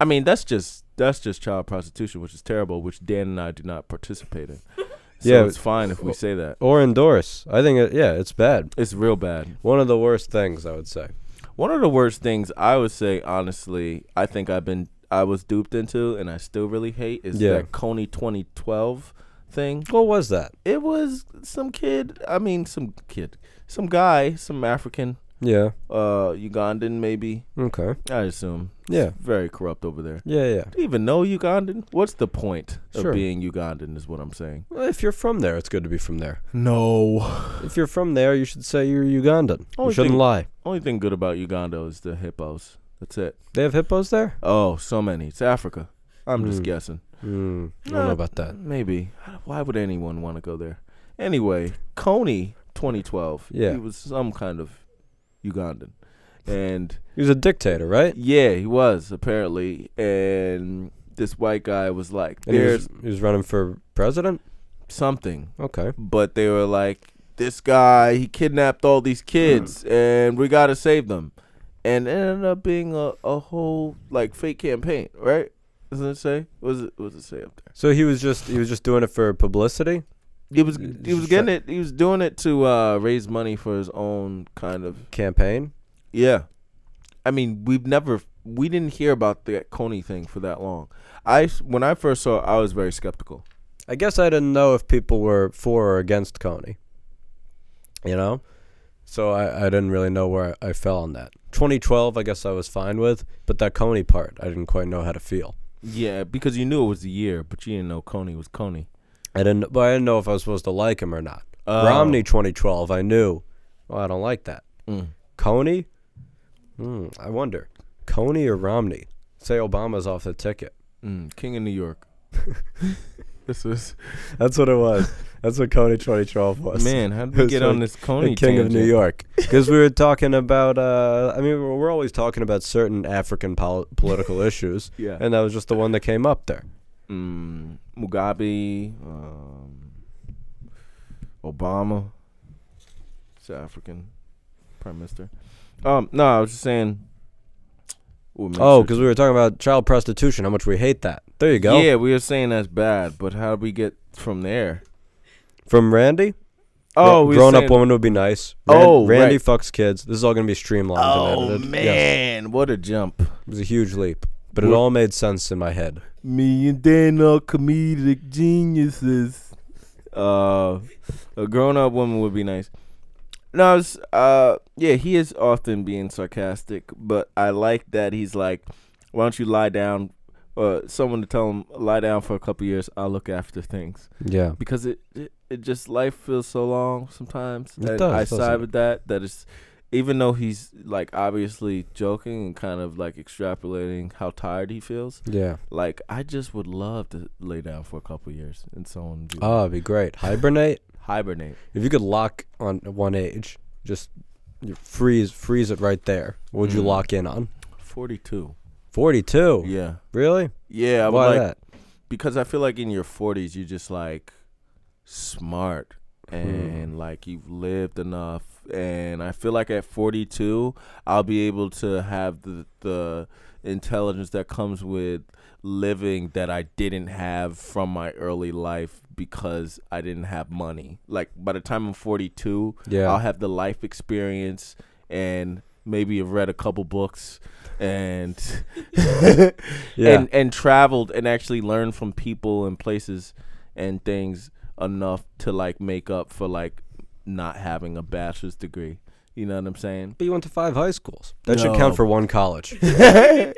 Speaker 1: i mean that's just that's just child prostitution which is terrible which dan and i do not participate in so
Speaker 2: Yeah,
Speaker 1: it's fine if we say that
Speaker 2: Or endorse. I think it, yeah, it's bad.
Speaker 1: it's real bad
Speaker 2: One of the worst things I would say.
Speaker 1: One of the worst things I would say, honestly, I think I've been I was duped into, and I still really hate is
Speaker 2: Yeah.
Speaker 1: that Coney 2012 thing.
Speaker 2: What was that?
Speaker 1: It was some kid. I mean, some kid, some guy, some African,
Speaker 2: Yeah.
Speaker 1: uh, Ugandan maybe.
Speaker 2: Okay.
Speaker 1: I assume.
Speaker 2: Yeah.
Speaker 1: Very corrupt over there.
Speaker 2: Yeah. Yeah.
Speaker 1: Do you even know Ugandan? What's the point
Speaker 2: Sure.
Speaker 1: of being Ugandan? Is what I'm saying.
Speaker 2: Well, if you're from there, it's good to be from there.
Speaker 1: No.
Speaker 2: If you're from there, you should say you're Ugandan.
Speaker 1: Only
Speaker 2: you shouldn't
Speaker 1: thing-
Speaker 2: lie.
Speaker 1: Only thing good about Uganda is the hippos. That's it.
Speaker 2: They have hippos there.
Speaker 1: Oh, so many. It's Africa. I'm just
Speaker 2: Mm.
Speaker 1: guessing.
Speaker 2: Hmm. I don't
Speaker 1: Nah.
Speaker 2: know about that.
Speaker 1: Maybe. Why would anyone want to go there? Anyway, Coney, 2012.
Speaker 2: Yeah.
Speaker 1: He was some kind of Ugandan. And
Speaker 2: He was a dictator, right?
Speaker 1: yeah, he was, apparently. And this white guy was like,
Speaker 2: And he was,
Speaker 1: there's
Speaker 2: he was running for president.
Speaker 1: something.
Speaker 2: Okay.
Speaker 1: But they were like, this guy, he kidnapped all these kids
Speaker 2: Mm.
Speaker 1: and we got to save them. And it ended up being a, a whole, like, fake campaign, right? Doesn't it say? What does it, what does it say up there?
Speaker 2: So he was just he was just doing it for publicity.
Speaker 1: He was
Speaker 2: It's
Speaker 1: he was
Speaker 2: just
Speaker 1: getting it. He was doing it to uh, raise money for his own kind of
Speaker 2: campaign.
Speaker 1: yeah. I mean, we've never we didn't hear about the Coney thing for that long. I when I first saw, it, I was very skeptical.
Speaker 2: I guess I didn't know if people were for or against Coney. You know? So I, I didn't really know where I, I fell on that. 2012, I guess I was fine with, but that Coney part, I didn't quite know how to feel.
Speaker 1: Yeah, because you knew it was the year, but you didn't know Coney was Coney.
Speaker 2: I didn't, but I didn't know if I was supposed to like him or not.
Speaker 1: Oh.
Speaker 2: Romney 2012, I knew. Well, I don't like that.
Speaker 1: Mm.
Speaker 2: Coney? Hmm, I wonder. Coney or Romney? Say Obama's off the ticket.
Speaker 1: Mm, King of New York. this was
Speaker 2: That's what it was. That's what Coney 2012 was.
Speaker 1: Man, how did we
Speaker 2: It's
Speaker 1: get on
Speaker 2: like
Speaker 1: this Coney
Speaker 2: the King of New
Speaker 1: tangent?
Speaker 2: York. Because we were talking about, uh, I mean, we're, we're always talking about certain African pol- political issues,
Speaker 1: Yeah.
Speaker 2: and that was just the one that came up there.
Speaker 1: mm, Mugabe, um, Obama, South African prime minister. Um, no, I was just saying. Ooh, man,
Speaker 2: Oh,
Speaker 1: so-
Speaker 2: because we were talking about child prostitution, how much we hate that. There you go.
Speaker 1: yeah, we were saying that's bad, but how do we get from there?
Speaker 2: From Randy.
Speaker 1: Oh,
Speaker 2: Gr-
Speaker 1: we were
Speaker 2: grown up
Speaker 1: saying-
Speaker 2: woman would be nice. Ran-
Speaker 1: Oh,
Speaker 2: Randy
Speaker 1: right.
Speaker 2: fucks kids. This is all going to be streamlined. and
Speaker 1: Oh
Speaker 2: edited. Yes.
Speaker 1: man, what a jump!
Speaker 2: it was a huge leap, but it
Speaker 1: We're-
Speaker 2: all made sense in my head.
Speaker 1: Me and Dan are comedic geniuses. Uh, a grown-up woman would be nice. No, it's, uh, yeah, he is often being sarcastic, but I like that he's like, "Why don't you lie down?" Uh, someone to tell him lie down for a couple years. I'll look after things
Speaker 2: Yeah.
Speaker 1: because it, it it just life feels so long sometimes.
Speaker 2: It
Speaker 1: and
Speaker 2: does,
Speaker 1: I
Speaker 2: doesn't
Speaker 1: side
Speaker 2: it?
Speaker 1: with that. That is, even though he's like obviously joking and kind of like extrapolating how tired he feels
Speaker 2: Yeah.
Speaker 1: like I just would love to lay down for a couple years and so on. Do
Speaker 2: Oh, it'd be great. Hibernate.
Speaker 1: hibernate.
Speaker 2: if you could lock on one age, just you freeze freeze it right there. What would you
Speaker 1: Mm.
Speaker 2: lock in on?
Speaker 1: Forty-two.
Speaker 2: 42.
Speaker 1: Yeah,
Speaker 2: Really?
Speaker 1: yeah. I would
Speaker 2: Oh. Why
Speaker 1: like
Speaker 2: that?
Speaker 1: because I feel like in your forties you're just like smart
Speaker 2: Hmm.
Speaker 1: and like you've lived enough. And I feel like at forty-two I'll be able to have the the intelligence that comes with living that I didn't have from my early life because I didn't have money. Like by the time I'm forty-two.
Speaker 2: Yeah.
Speaker 1: I'll have the life experience and maybe have read a couple books and
Speaker 2: yeah.
Speaker 1: and and traveled and actually learned from people and places and things enough to like make up for like not having a bachelor's degree. You know what I'm saying?
Speaker 2: but you went to five high schools. That should count
Speaker 1: No.
Speaker 2: for one college,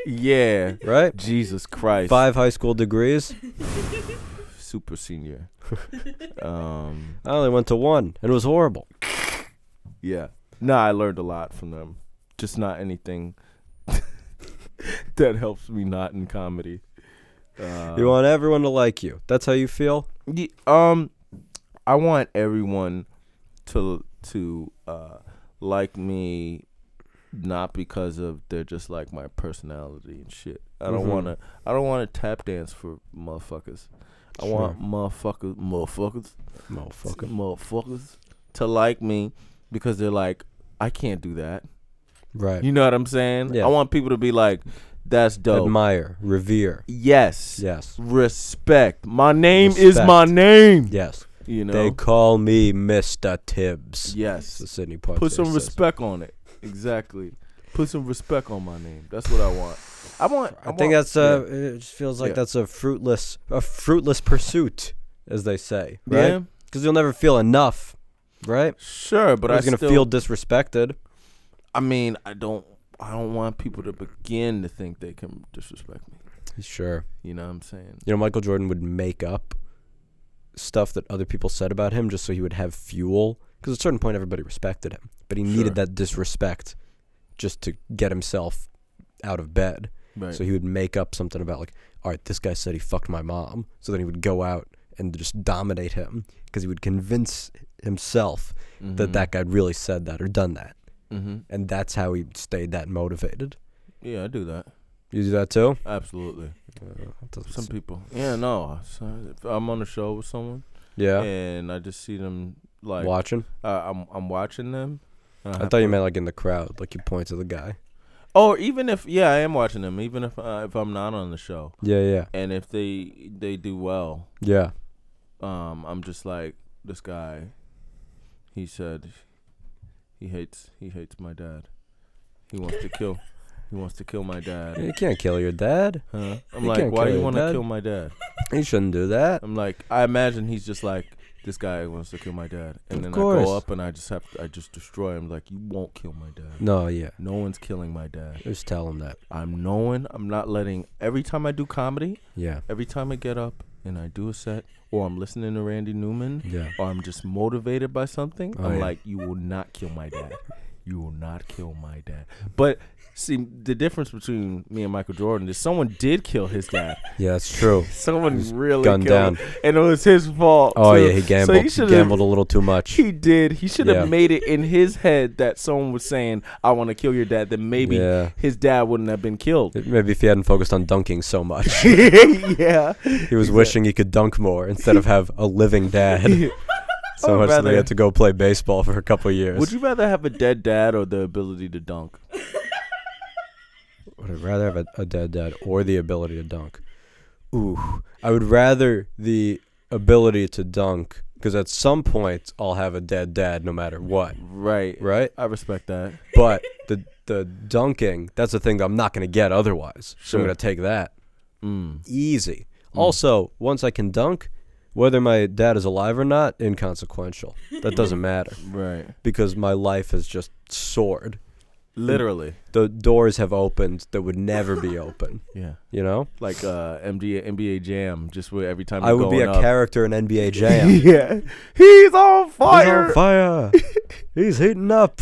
Speaker 1: yeah.
Speaker 2: right?
Speaker 1: Jesus Christ.
Speaker 2: Five high school degrees.
Speaker 1: Super senior. um
Speaker 2: I only went to one, and it was horrible.
Speaker 1: Yeah. No, I learned a lot from them. Just not anything that helps me not in comedy. Uh,
Speaker 2: you want everyone to like you. That's how you feel?
Speaker 1: Ye- um, I want everyone to to uh, like me, not because of they're just like my personality and shit. I don't
Speaker 2: Mhm.
Speaker 1: wanna. I don't wanna tap dance for motherfuckers. I want motherfuckers, motherfuckers
Speaker 2: Motherfucker.
Speaker 1: motherfuckers to like me because they're like, I can't do that.
Speaker 2: Right.
Speaker 1: You know what I'm saying?
Speaker 2: Yeah.
Speaker 1: I want people to be like, that's dope.
Speaker 2: Admire, revere.
Speaker 1: yes.
Speaker 2: Yes.
Speaker 1: Respect. My name is my
Speaker 2: Respect.
Speaker 1: name.
Speaker 2: Yes.
Speaker 1: You know?
Speaker 2: They call me Mr. Tibbs. It's the
Speaker 1: yes.
Speaker 2: Sydney Poitier
Speaker 1: Put some
Speaker 2: says.
Speaker 1: respect on it. Exactly. Put some respect on my name. That's what I want. I want.
Speaker 2: I think that's uh
Speaker 1: a
Speaker 2: it just feels like
Speaker 1: Yeah.
Speaker 2: that's a fruitless a fruitless pursuit, as they say.
Speaker 1: yeah.
Speaker 2: Right? Because you'll never feel enough. Right?
Speaker 1: Sure, but
Speaker 2: But I
Speaker 1: I
Speaker 2: was gonna
Speaker 1: still,
Speaker 2: feel disrespected.
Speaker 1: I mean, I don't. I don't want people to begin to think they can disrespect me.
Speaker 2: Sure.
Speaker 1: You know what I'm saying?
Speaker 2: You know, Michael Jordan would make up stuff that other people said about him just so he would have fuel. Because at a certain point, everybody respected him, but he
Speaker 1: Sure.
Speaker 2: needed that disrespect just to get himself out of bed.
Speaker 1: Right.
Speaker 2: So he would make up something about like, all right, this guy said he fucked my mom. So then he would go out and just dominate him because he would convince himself that that guy really said that or done that,
Speaker 1: Mm-hmm.
Speaker 2: and that's how he stayed that motivated.
Speaker 1: Yeah, I do that.
Speaker 2: You do that too.
Speaker 1: Absolutely. Some people. Yeah, no. so if I'm on a show with someone
Speaker 2: yeah.
Speaker 1: and I just see them like
Speaker 2: Watching.
Speaker 1: uh, I'm I'm watching them. and
Speaker 2: I
Speaker 1: have
Speaker 2: thought you
Speaker 1: to-
Speaker 2: meant like in the crowd, like you point to the guy.
Speaker 1: Or even if yeah, I am watching them. Even if uh, if I'm not on the show
Speaker 2: Yeah, yeah,
Speaker 1: and if they they do well,
Speaker 2: yeah.
Speaker 1: um, I'm just like this guy. He said he hates he hates my dad. He wants to kill. He wants to kill my dad.
Speaker 2: You can't kill your dad.
Speaker 1: Huh? I'm
Speaker 2: You
Speaker 1: like,
Speaker 2: can't
Speaker 1: why do
Speaker 2: kill
Speaker 1: you
Speaker 2: your
Speaker 1: want to
Speaker 2: dad."
Speaker 1: kill my dad?
Speaker 2: You shouldn't do that.
Speaker 1: I'm like, I imagine he's just like, this guy wants to kill my dad, and
Speaker 2: Of
Speaker 1: then I
Speaker 2: course.
Speaker 1: go up and I just have, to, I just destroy him. Like, you won't kill my dad.
Speaker 2: No, yeah.
Speaker 1: No one's killing my dad.
Speaker 2: Just tell him that.
Speaker 1: I'm knowing. I'm not letting. Every time I do comedy,
Speaker 2: Yeah,
Speaker 1: every time I get up and I do a set, or I'm listening to Randy Newman,
Speaker 2: yeah.
Speaker 1: or I'm just motivated by something,
Speaker 2: Oh,
Speaker 1: I'm
Speaker 2: yeah.
Speaker 1: like, you will not kill my dad. You will not kill my dad. But see, the difference between me and Michael Jordan is someone did kill his dad.
Speaker 2: Yeah, that's true.
Speaker 1: Someone
Speaker 2: He was
Speaker 1: really
Speaker 2: gunned
Speaker 1: killed him.
Speaker 2: down.
Speaker 1: and it was his fault.
Speaker 2: Oh
Speaker 1: too.
Speaker 2: yeah, he
Speaker 1: So he
Speaker 2: gambled.
Speaker 1: should have
Speaker 2: gambled a little too much.
Speaker 1: He did. He should have
Speaker 2: Yeah.
Speaker 1: made it in his head that someone was saying, "I want to kill your dad." Then maybe
Speaker 2: Yeah.
Speaker 1: his dad wouldn't have been killed.
Speaker 2: Maybe if he hadn't focused on dunking so much,
Speaker 1: yeah. Oh,
Speaker 2: he was wishing he could dunk more instead of have a living dad.
Speaker 1: I
Speaker 2: so
Speaker 1: would
Speaker 2: much that
Speaker 1: rather-
Speaker 2: he had to go play baseball for a couple years.
Speaker 1: Would you rather have a dead dad or the ability to dunk?
Speaker 2: Would I rather have a, a dead dad or the ability to dunk? Ooh, I would rather the ability to dunk because at some point I'll have a dead dad no matter what,
Speaker 1: Right.
Speaker 2: right?
Speaker 1: I respect that.
Speaker 2: But the the dunking that's the thing that I'm not gonna get otherwise. So
Speaker 1: Sure.
Speaker 2: I'm gonna take that
Speaker 1: Mm.
Speaker 2: easy. Also, once I can dunk, whether my dad is alive or not, inconsequential. That doesn't matter
Speaker 1: Right.
Speaker 2: because my life has just soared.
Speaker 1: Literally.
Speaker 2: The doors have opened that would never be open.
Speaker 1: Yeah.
Speaker 2: You know.
Speaker 1: Like uh, MD, NBA Jam, just where every time
Speaker 2: I
Speaker 1: you're
Speaker 2: would be
Speaker 1: going
Speaker 2: a
Speaker 1: up.
Speaker 2: character in NBA Jam.
Speaker 1: yeah. He's on fire.
Speaker 2: He's on fire. He's heating up.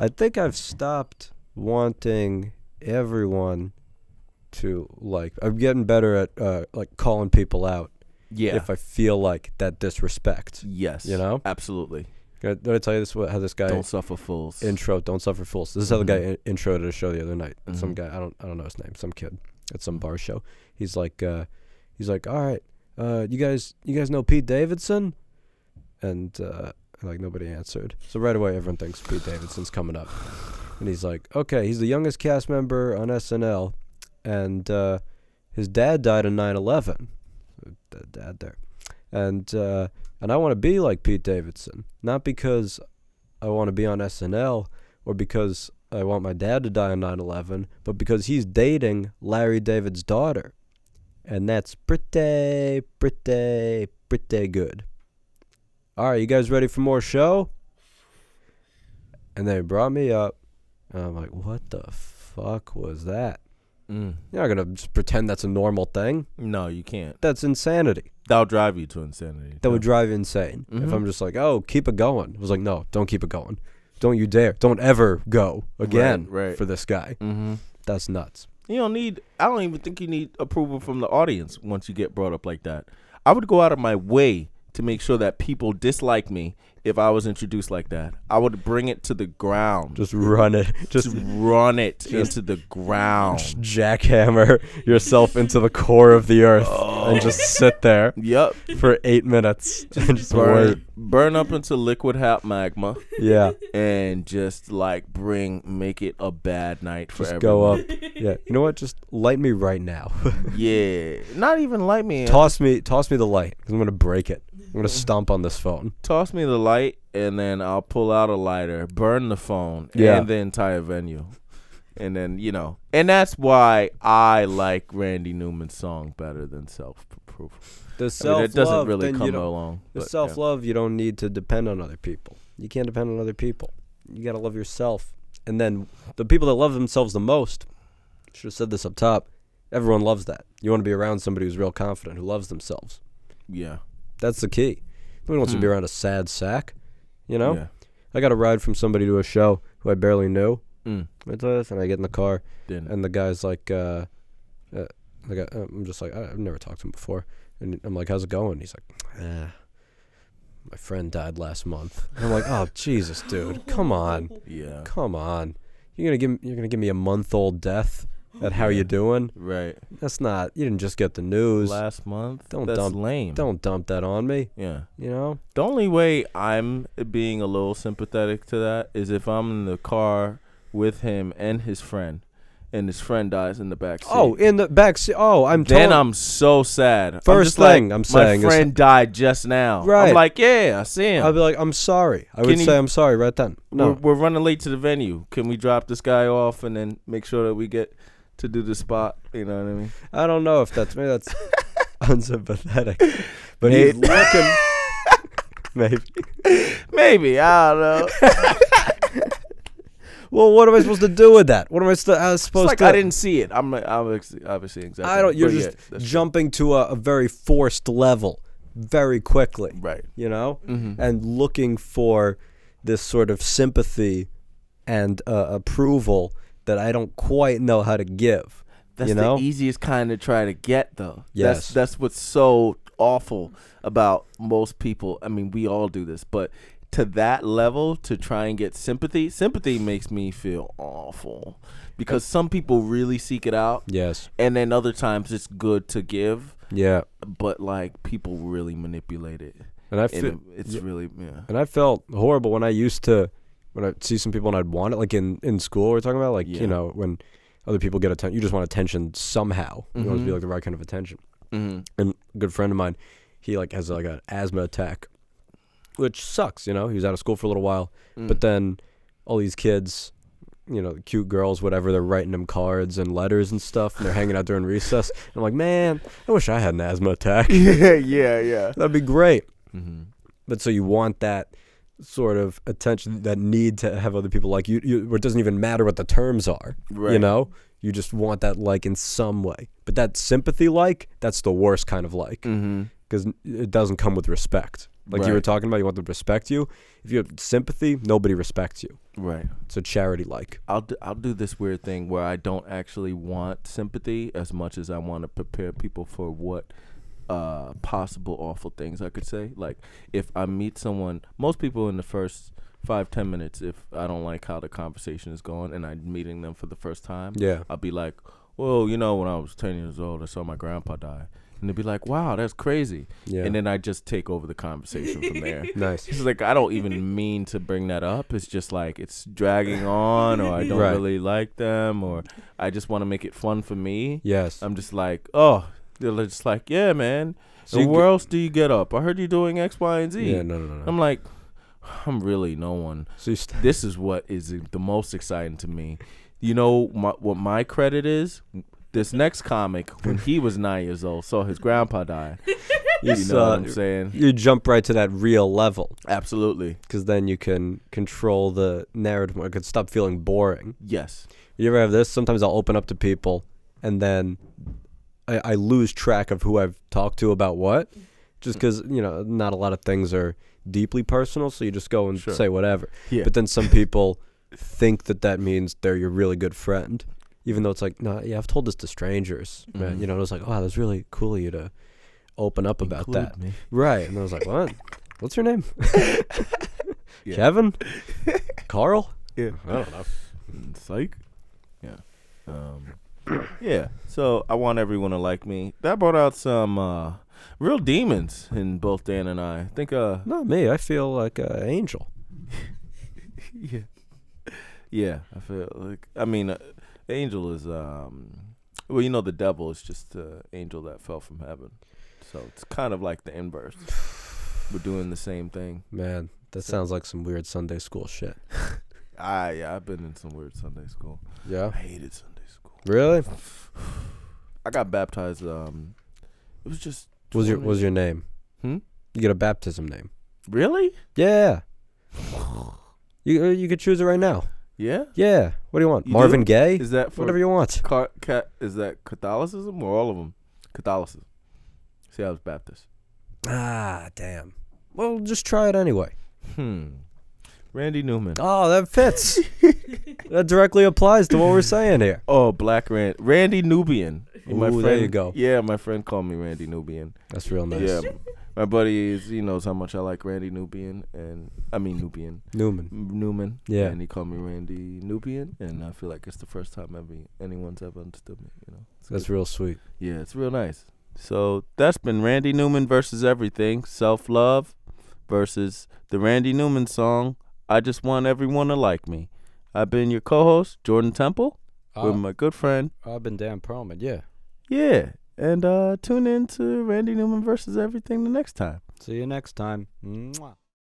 Speaker 2: I think I've stopped wanting everyone to like. I'm getting better at uh, like calling people out
Speaker 1: Yeah.
Speaker 2: if I feel like that disrespect.
Speaker 1: yes.
Speaker 2: You know?
Speaker 1: Absolutely.
Speaker 2: Can I- Did I tell you this? What, how this guy
Speaker 1: Don't suffer fools.
Speaker 2: intro? Don't suffer fools. This is how the guy in- intro to a show the other night. And Some
Speaker 1: Mhm.
Speaker 2: guy I don't I don't know his name. Some kid at some bar show. He's like uh, he's like all right. Uh, you guys you guys know Pete Davidson? And uh, like nobody answered. So right away everyone thinks Pete Davidson's coming up. And he's like okay he's the youngest cast member on SNL, and uh, his dad died in 9/11. The dad there, and uh, and I want to be like Pete Davidson, not because I want to be on SNL or because I want my dad to die on 9 11, but because he's dating Larry David's daughter. And that's pretty, pretty, pretty good. All right, you guys ready for more show? And they brought me up. And I'm like, what the fuck was that?
Speaker 1: Mm.
Speaker 2: You're not going to just pretend that's a normal thing.
Speaker 1: No, you can't.
Speaker 2: That's insanity.
Speaker 1: That'll drive you to insanity.
Speaker 2: That would drive you insane. If
Speaker 1: Mhm.
Speaker 2: I'm just like, oh, keep it going. I was like, no, don't keep it going. Don't you dare. Don't ever go again
Speaker 1: right.
Speaker 2: for this guy.
Speaker 1: Mm-hmm.
Speaker 2: That's nuts.
Speaker 1: You don't need. I don't even think you need approval from the audience once you get brought up like that. I would go out of my way to make sure that people dislike me if I was introduced like that. I would bring it to the ground.
Speaker 2: Just run it. Just
Speaker 1: Just run it into the ground.
Speaker 2: jackhammer yourself into the core of the earth
Speaker 1: Oh.
Speaker 2: and just sit there
Speaker 1: Yep.
Speaker 2: for eight minutes and just wait.
Speaker 1: Burn, burn up into liquid hot magma
Speaker 2: Yeah.
Speaker 1: and just like bring make it a bad night for
Speaker 2: Just go
Speaker 1: everyone.
Speaker 2: up. Yeah. You know what? Just light me right now.
Speaker 1: Yeah. Not even light me.
Speaker 2: toss me toss me the light. i I'm gonna break it. I'm gonna stomp on this phone.
Speaker 1: toss me the light and then I'll pull out a lighter, burn the phone
Speaker 2: Yeah.
Speaker 1: and the entire venue. And then, you know, and that's why I like Randy Newman's song better than Self Proof. I
Speaker 2: The
Speaker 1: mean,
Speaker 2: self
Speaker 1: it doesn't really come along.
Speaker 2: The
Speaker 1: but, yeah.
Speaker 2: self love, you don't need to depend on other people. You can't depend on other people. You got to love yourself. And then the people that love themselves the most, should have said this up top, everyone loves that. You want to be around somebody who's real confident, who loves themselves.
Speaker 1: Yeah.
Speaker 2: That's the key. Nobody wants to be around a sad sack, you know?
Speaker 1: Hmm. Yeah.
Speaker 2: I got a ride from somebody to a show who I barely knew.
Speaker 1: Mm.
Speaker 2: And I get in the car,
Speaker 1: Then
Speaker 2: and the guy's like, uh, uh, the guy, I'm just like, I- I've never talked to him before. And I'm like, how's it going? He's like, eh, my friend died last month. And I'm like, oh, Jesus, dude, come on,
Speaker 1: yeah.
Speaker 2: come on. You're gonna give me- you're gonna give me a month old death at how you doing?
Speaker 1: Right.
Speaker 2: That's not you didn't just get the news.
Speaker 1: Last month.
Speaker 2: Don't
Speaker 1: that's
Speaker 2: dump-
Speaker 1: lame.
Speaker 2: Don't dump that on me.
Speaker 1: Yeah.
Speaker 2: You know?
Speaker 1: The only way I'm being a little sympathetic to that is if I'm in the car with him and his friend, and his friend dies in the back seat.
Speaker 2: Oh, in the back seat. Oh, I'm
Speaker 1: Then
Speaker 2: telling-
Speaker 1: I'm so sad. I'm
Speaker 2: First
Speaker 1: just like,
Speaker 2: thing I'm saying
Speaker 1: my
Speaker 2: is-
Speaker 1: friend died just now.
Speaker 2: Right.
Speaker 1: I'm like, yeah, I see him.
Speaker 2: I'd be like, I'm sorry. I would
Speaker 1: Can you-
Speaker 2: say I'm sorry right then. No,
Speaker 1: we're, we're running late to the venue. Can we drop this guy off and then make sure that we get to do the spot? You know what I mean?
Speaker 2: I don't know if that's maybe that's unsympathetic, but he's
Speaker 1: Maybe.
Speaker 2: looking. maybe.
Speaker 1: Maybe I don't know. it's
Speaker 2: Well, what am I supposed to do with that? What am I, st- I was supposed
Speaker 1: like
Speaker 2: to?
Speaker 1: I didn't see it. I'm like, I'm ex- obviously exactly.
Speaker 2: I don't. You're
Speaker 1: but
Speaker 2: just
Speaker 1: yeah, that's
Speaker 2: jumping to a, a very forced level, very quickly.
Speaker 1: right.
Speaker 2: You know,
Speaker 1: Mhm.
Speaker 2: and looking for this sort of sympathy and uh, approval that I don't quite know how to give.
Speaker 1: That's
Speaker 2: you know?
Speaker 1: the e easiest kind to try to get, though.
Speaker 2: Yes.
Speaker 1: That's, that's what's so awful about most people. I mean, we all do this, but to that level, to try and get sympathy, sympathy makes me feel awful because some people really seek it out,
Speaker 2: yes.
Speaker 1: and then other times it's good to give,
Speaker 2: Yeah.
Speaker 1: but like people really manipulate it.
Speaker 2: And I
Speaker 1: And
Speaker 2: feel,
Speaker 1: it's
Speaker 2: yeah.
Speaker 1: really, yeah.
Speaker 2: and I felt horrible when I used to when I would see some people and I'd want it like in in school we're talking about like
Speaker 1: Yeah.
Speaker 2: you know when other people get attention you just want attention somehow you always be
Speaker 1: Mhm.
Speaker 2: like the right kind of attention
Speaker 1: Mm-hmm.
Speaker 2: and a good friend of mine he like has like an asthma attack which sucks you know he was out of school for a little while
Speaker 1: Mm.
Speaker 2: but then all these kids you know cute girls whatever they're writing him cards and letters and stuff and they're hanging out during recess and I'm like man I wish I had an asthma attack
Speaker 1: yeah, yeah, yeah.
Speaker 2: that'd be great
Speaker 1: Mm-hmm.
Speaker 2: but so you want that sort of attention, that need to have other people like you. you where it doesn't even matter what the terms are. You
Speaker 1: Right.
Speaker 2: know, you just want that like in some way. But that sympathy like, that's the worst kind of like
Speaker 1: Mm-hmm.
Speaker 2: because it doesn't come with respect. Like you were
Speaker 1: Right.
Speaker 2: talking about, you want them to respect you. If you have sympathy, nobody respects you.
Speaker 1: Right.
Speaker 2: It's a charity like.
Speaker 1: I'll do, I'll do this weird thing where I don't actually want sympathy as much as I want to prepare people for what uh, possible awful things I could say. Like if I meet someone, most people in the first five ten minutes, if I don't like how the conversation is going and I'm meeting them for the first time,
Speaker 2: Yeah.
Speaker 1: I'll be like, well, you know, when I was ten years old, I saw my grandpa die, and they'd be like, wow, that's crazy,
Speaker 2: Yeah.
Speaker 1: and then I just take over the conversation from there.
Speaker 2: nice.
Speaker 1: It's like I don't even mean to bring that up. It's just like it's dragging on, or I don't
Speaker 2: Right.
Speaker 1: really like them, or I just want to make it fun for me.
Speaker 2: Yes.
Speaker 1: I'm just like, oh, they're just like, yeah, man.
Speaker 2: So
Speaker 1: and
Speaker 2: you
Speaker 1: where else do you get up? I heard you're doing X, Y, and Z.
Speaker 2: yeah. No. No. No. no.
Speaker 1: I'm like, I'm really no one.
Speaker 2: So you st-
Speaker 1: This is what is the most exciting to me. You know my, what my credit is. This next comic, when he was nine years old, saw his grandpa die. You know
Speaker 2: saw-
Speaker 1: what I'm saying?
Speaker 2: uh, you jump right to that real level
Speaker 1: Absolutely.
Speaker 2: because then you can control the narrative. more. It could stop feeling boring.
Speaker 1: Yes.
Speaker 2: You ever have this? Sometimes I'll open up to people and then I, I lose track of who I've talked to about what. Just because, you know, not a lot of things are deeply personal. So you just go and
Speaker 1: Sure.
Speaker 2: say whatever.
Speaker 1: Yeah.
Speaker 2: But then some people think that that means they're your really good friend. Even though it's like, no, yeah, I've told this to strangers. Man.
Speaker 1: Mhm.
Speaker 2: You know, and it's like, wow, that's really cool of you to open up about
Speaker 1: Include
Speaker 2: that.
Speaker 1: me.
Speaker 2: Right. And I was like, what? What's your name?
Speaker 1: Yeah.
Speaker 2: Kevin? Carl? Uh,
Speaker 1: Yeah.
Speaker 2: I don't know.
Speaker 1: Mm, Psych. Yeah. Um, yeah. So I want everyone to like me. That brought out some uh, real demons in both Dan and I. I think. Uh,
Speaker 2: Not me. I feel like an angel.
Speaker 1: yeah. Yeah. I feel like. I mean, uh, angel is. Um, well, you know, the devil is just the angel that fell from heaven. So it's kind of like the inverse. We're doing the same thing.
Speaker 2: Man, that
Speaker 1: So-
Speaker 2: sounds like some weird Sunday school shit.
Speaker 1: I yeah, I've been in some weird Sunday school. I
Speaker 2: Yeah.
Speaker 1: hated Sunday school.
Speaker 2: Really?
Speaker 1: I got baptized. Um, it was just.
Speaker 2: Was your
Speaker 1: 20
Speaker 2: was your name?
Speaker 1: Hmm?
Speaker 2: You get a baptism name.
Speaker 1: Really?
Speaker 2: Yeah. You uh, you could choose it right now.
Speaker 1: Yeah.
Speaker 2: Yeah. What do you want?
Speaker 1: You
Speaker 2: Marvin
Speaker 1: do?
Speaker 2: Gaye?
Speaker 1: Is that for
Speaker 2: Whatever you want.
Speaker 1: Car- ca- is that Catholicism or all of them? Catholicism. See, I was Baptist.
Speaker 2: Ah, damn. Well, just try it anyway.
Speaker 1: Hmm. Randy Newman.
Speaker 2: Oh, that fits. that directly applies to what we're saying here.
Speaker 1: Oh, Black Rand. Randy Nubian.
Speaker 2: Ooh,
Speaker 1: friend,
Speaker 2: there you go.
Speaker 1: Yeah, my friend called me Randy Nubian.
Speaker 2: That's real nice.
Speaker 1: Yeah. My buddy is, he knows how much I like Randy Nubian and I mean Nubian
Speaker 2: Newman.
Speaker 1: Newman.
Speaker 2: Yeah.
Speaker 1: and he called me Randy Nubian, and I feel like it's the first time every anyone's ever understood me. You know, It's
Speaker 2: That's real sweet.
Speaker 1: Yeah, it's real nice. So that's been Randy Newman versus everything. Self love versus the Randy Newman song, I Just Want Everyone to Like Me. I've been your co host, Jordan Temple,
Speaker 2: Uh-huh.
Speaker 1: with my good friend.
Speaker 2: I've been Dan Perlman, yeah.
Speaker 1: Yeah. And uh, tune in to Randy Newman versus everything the next time.
Speaker 2: See you next time. Mwah.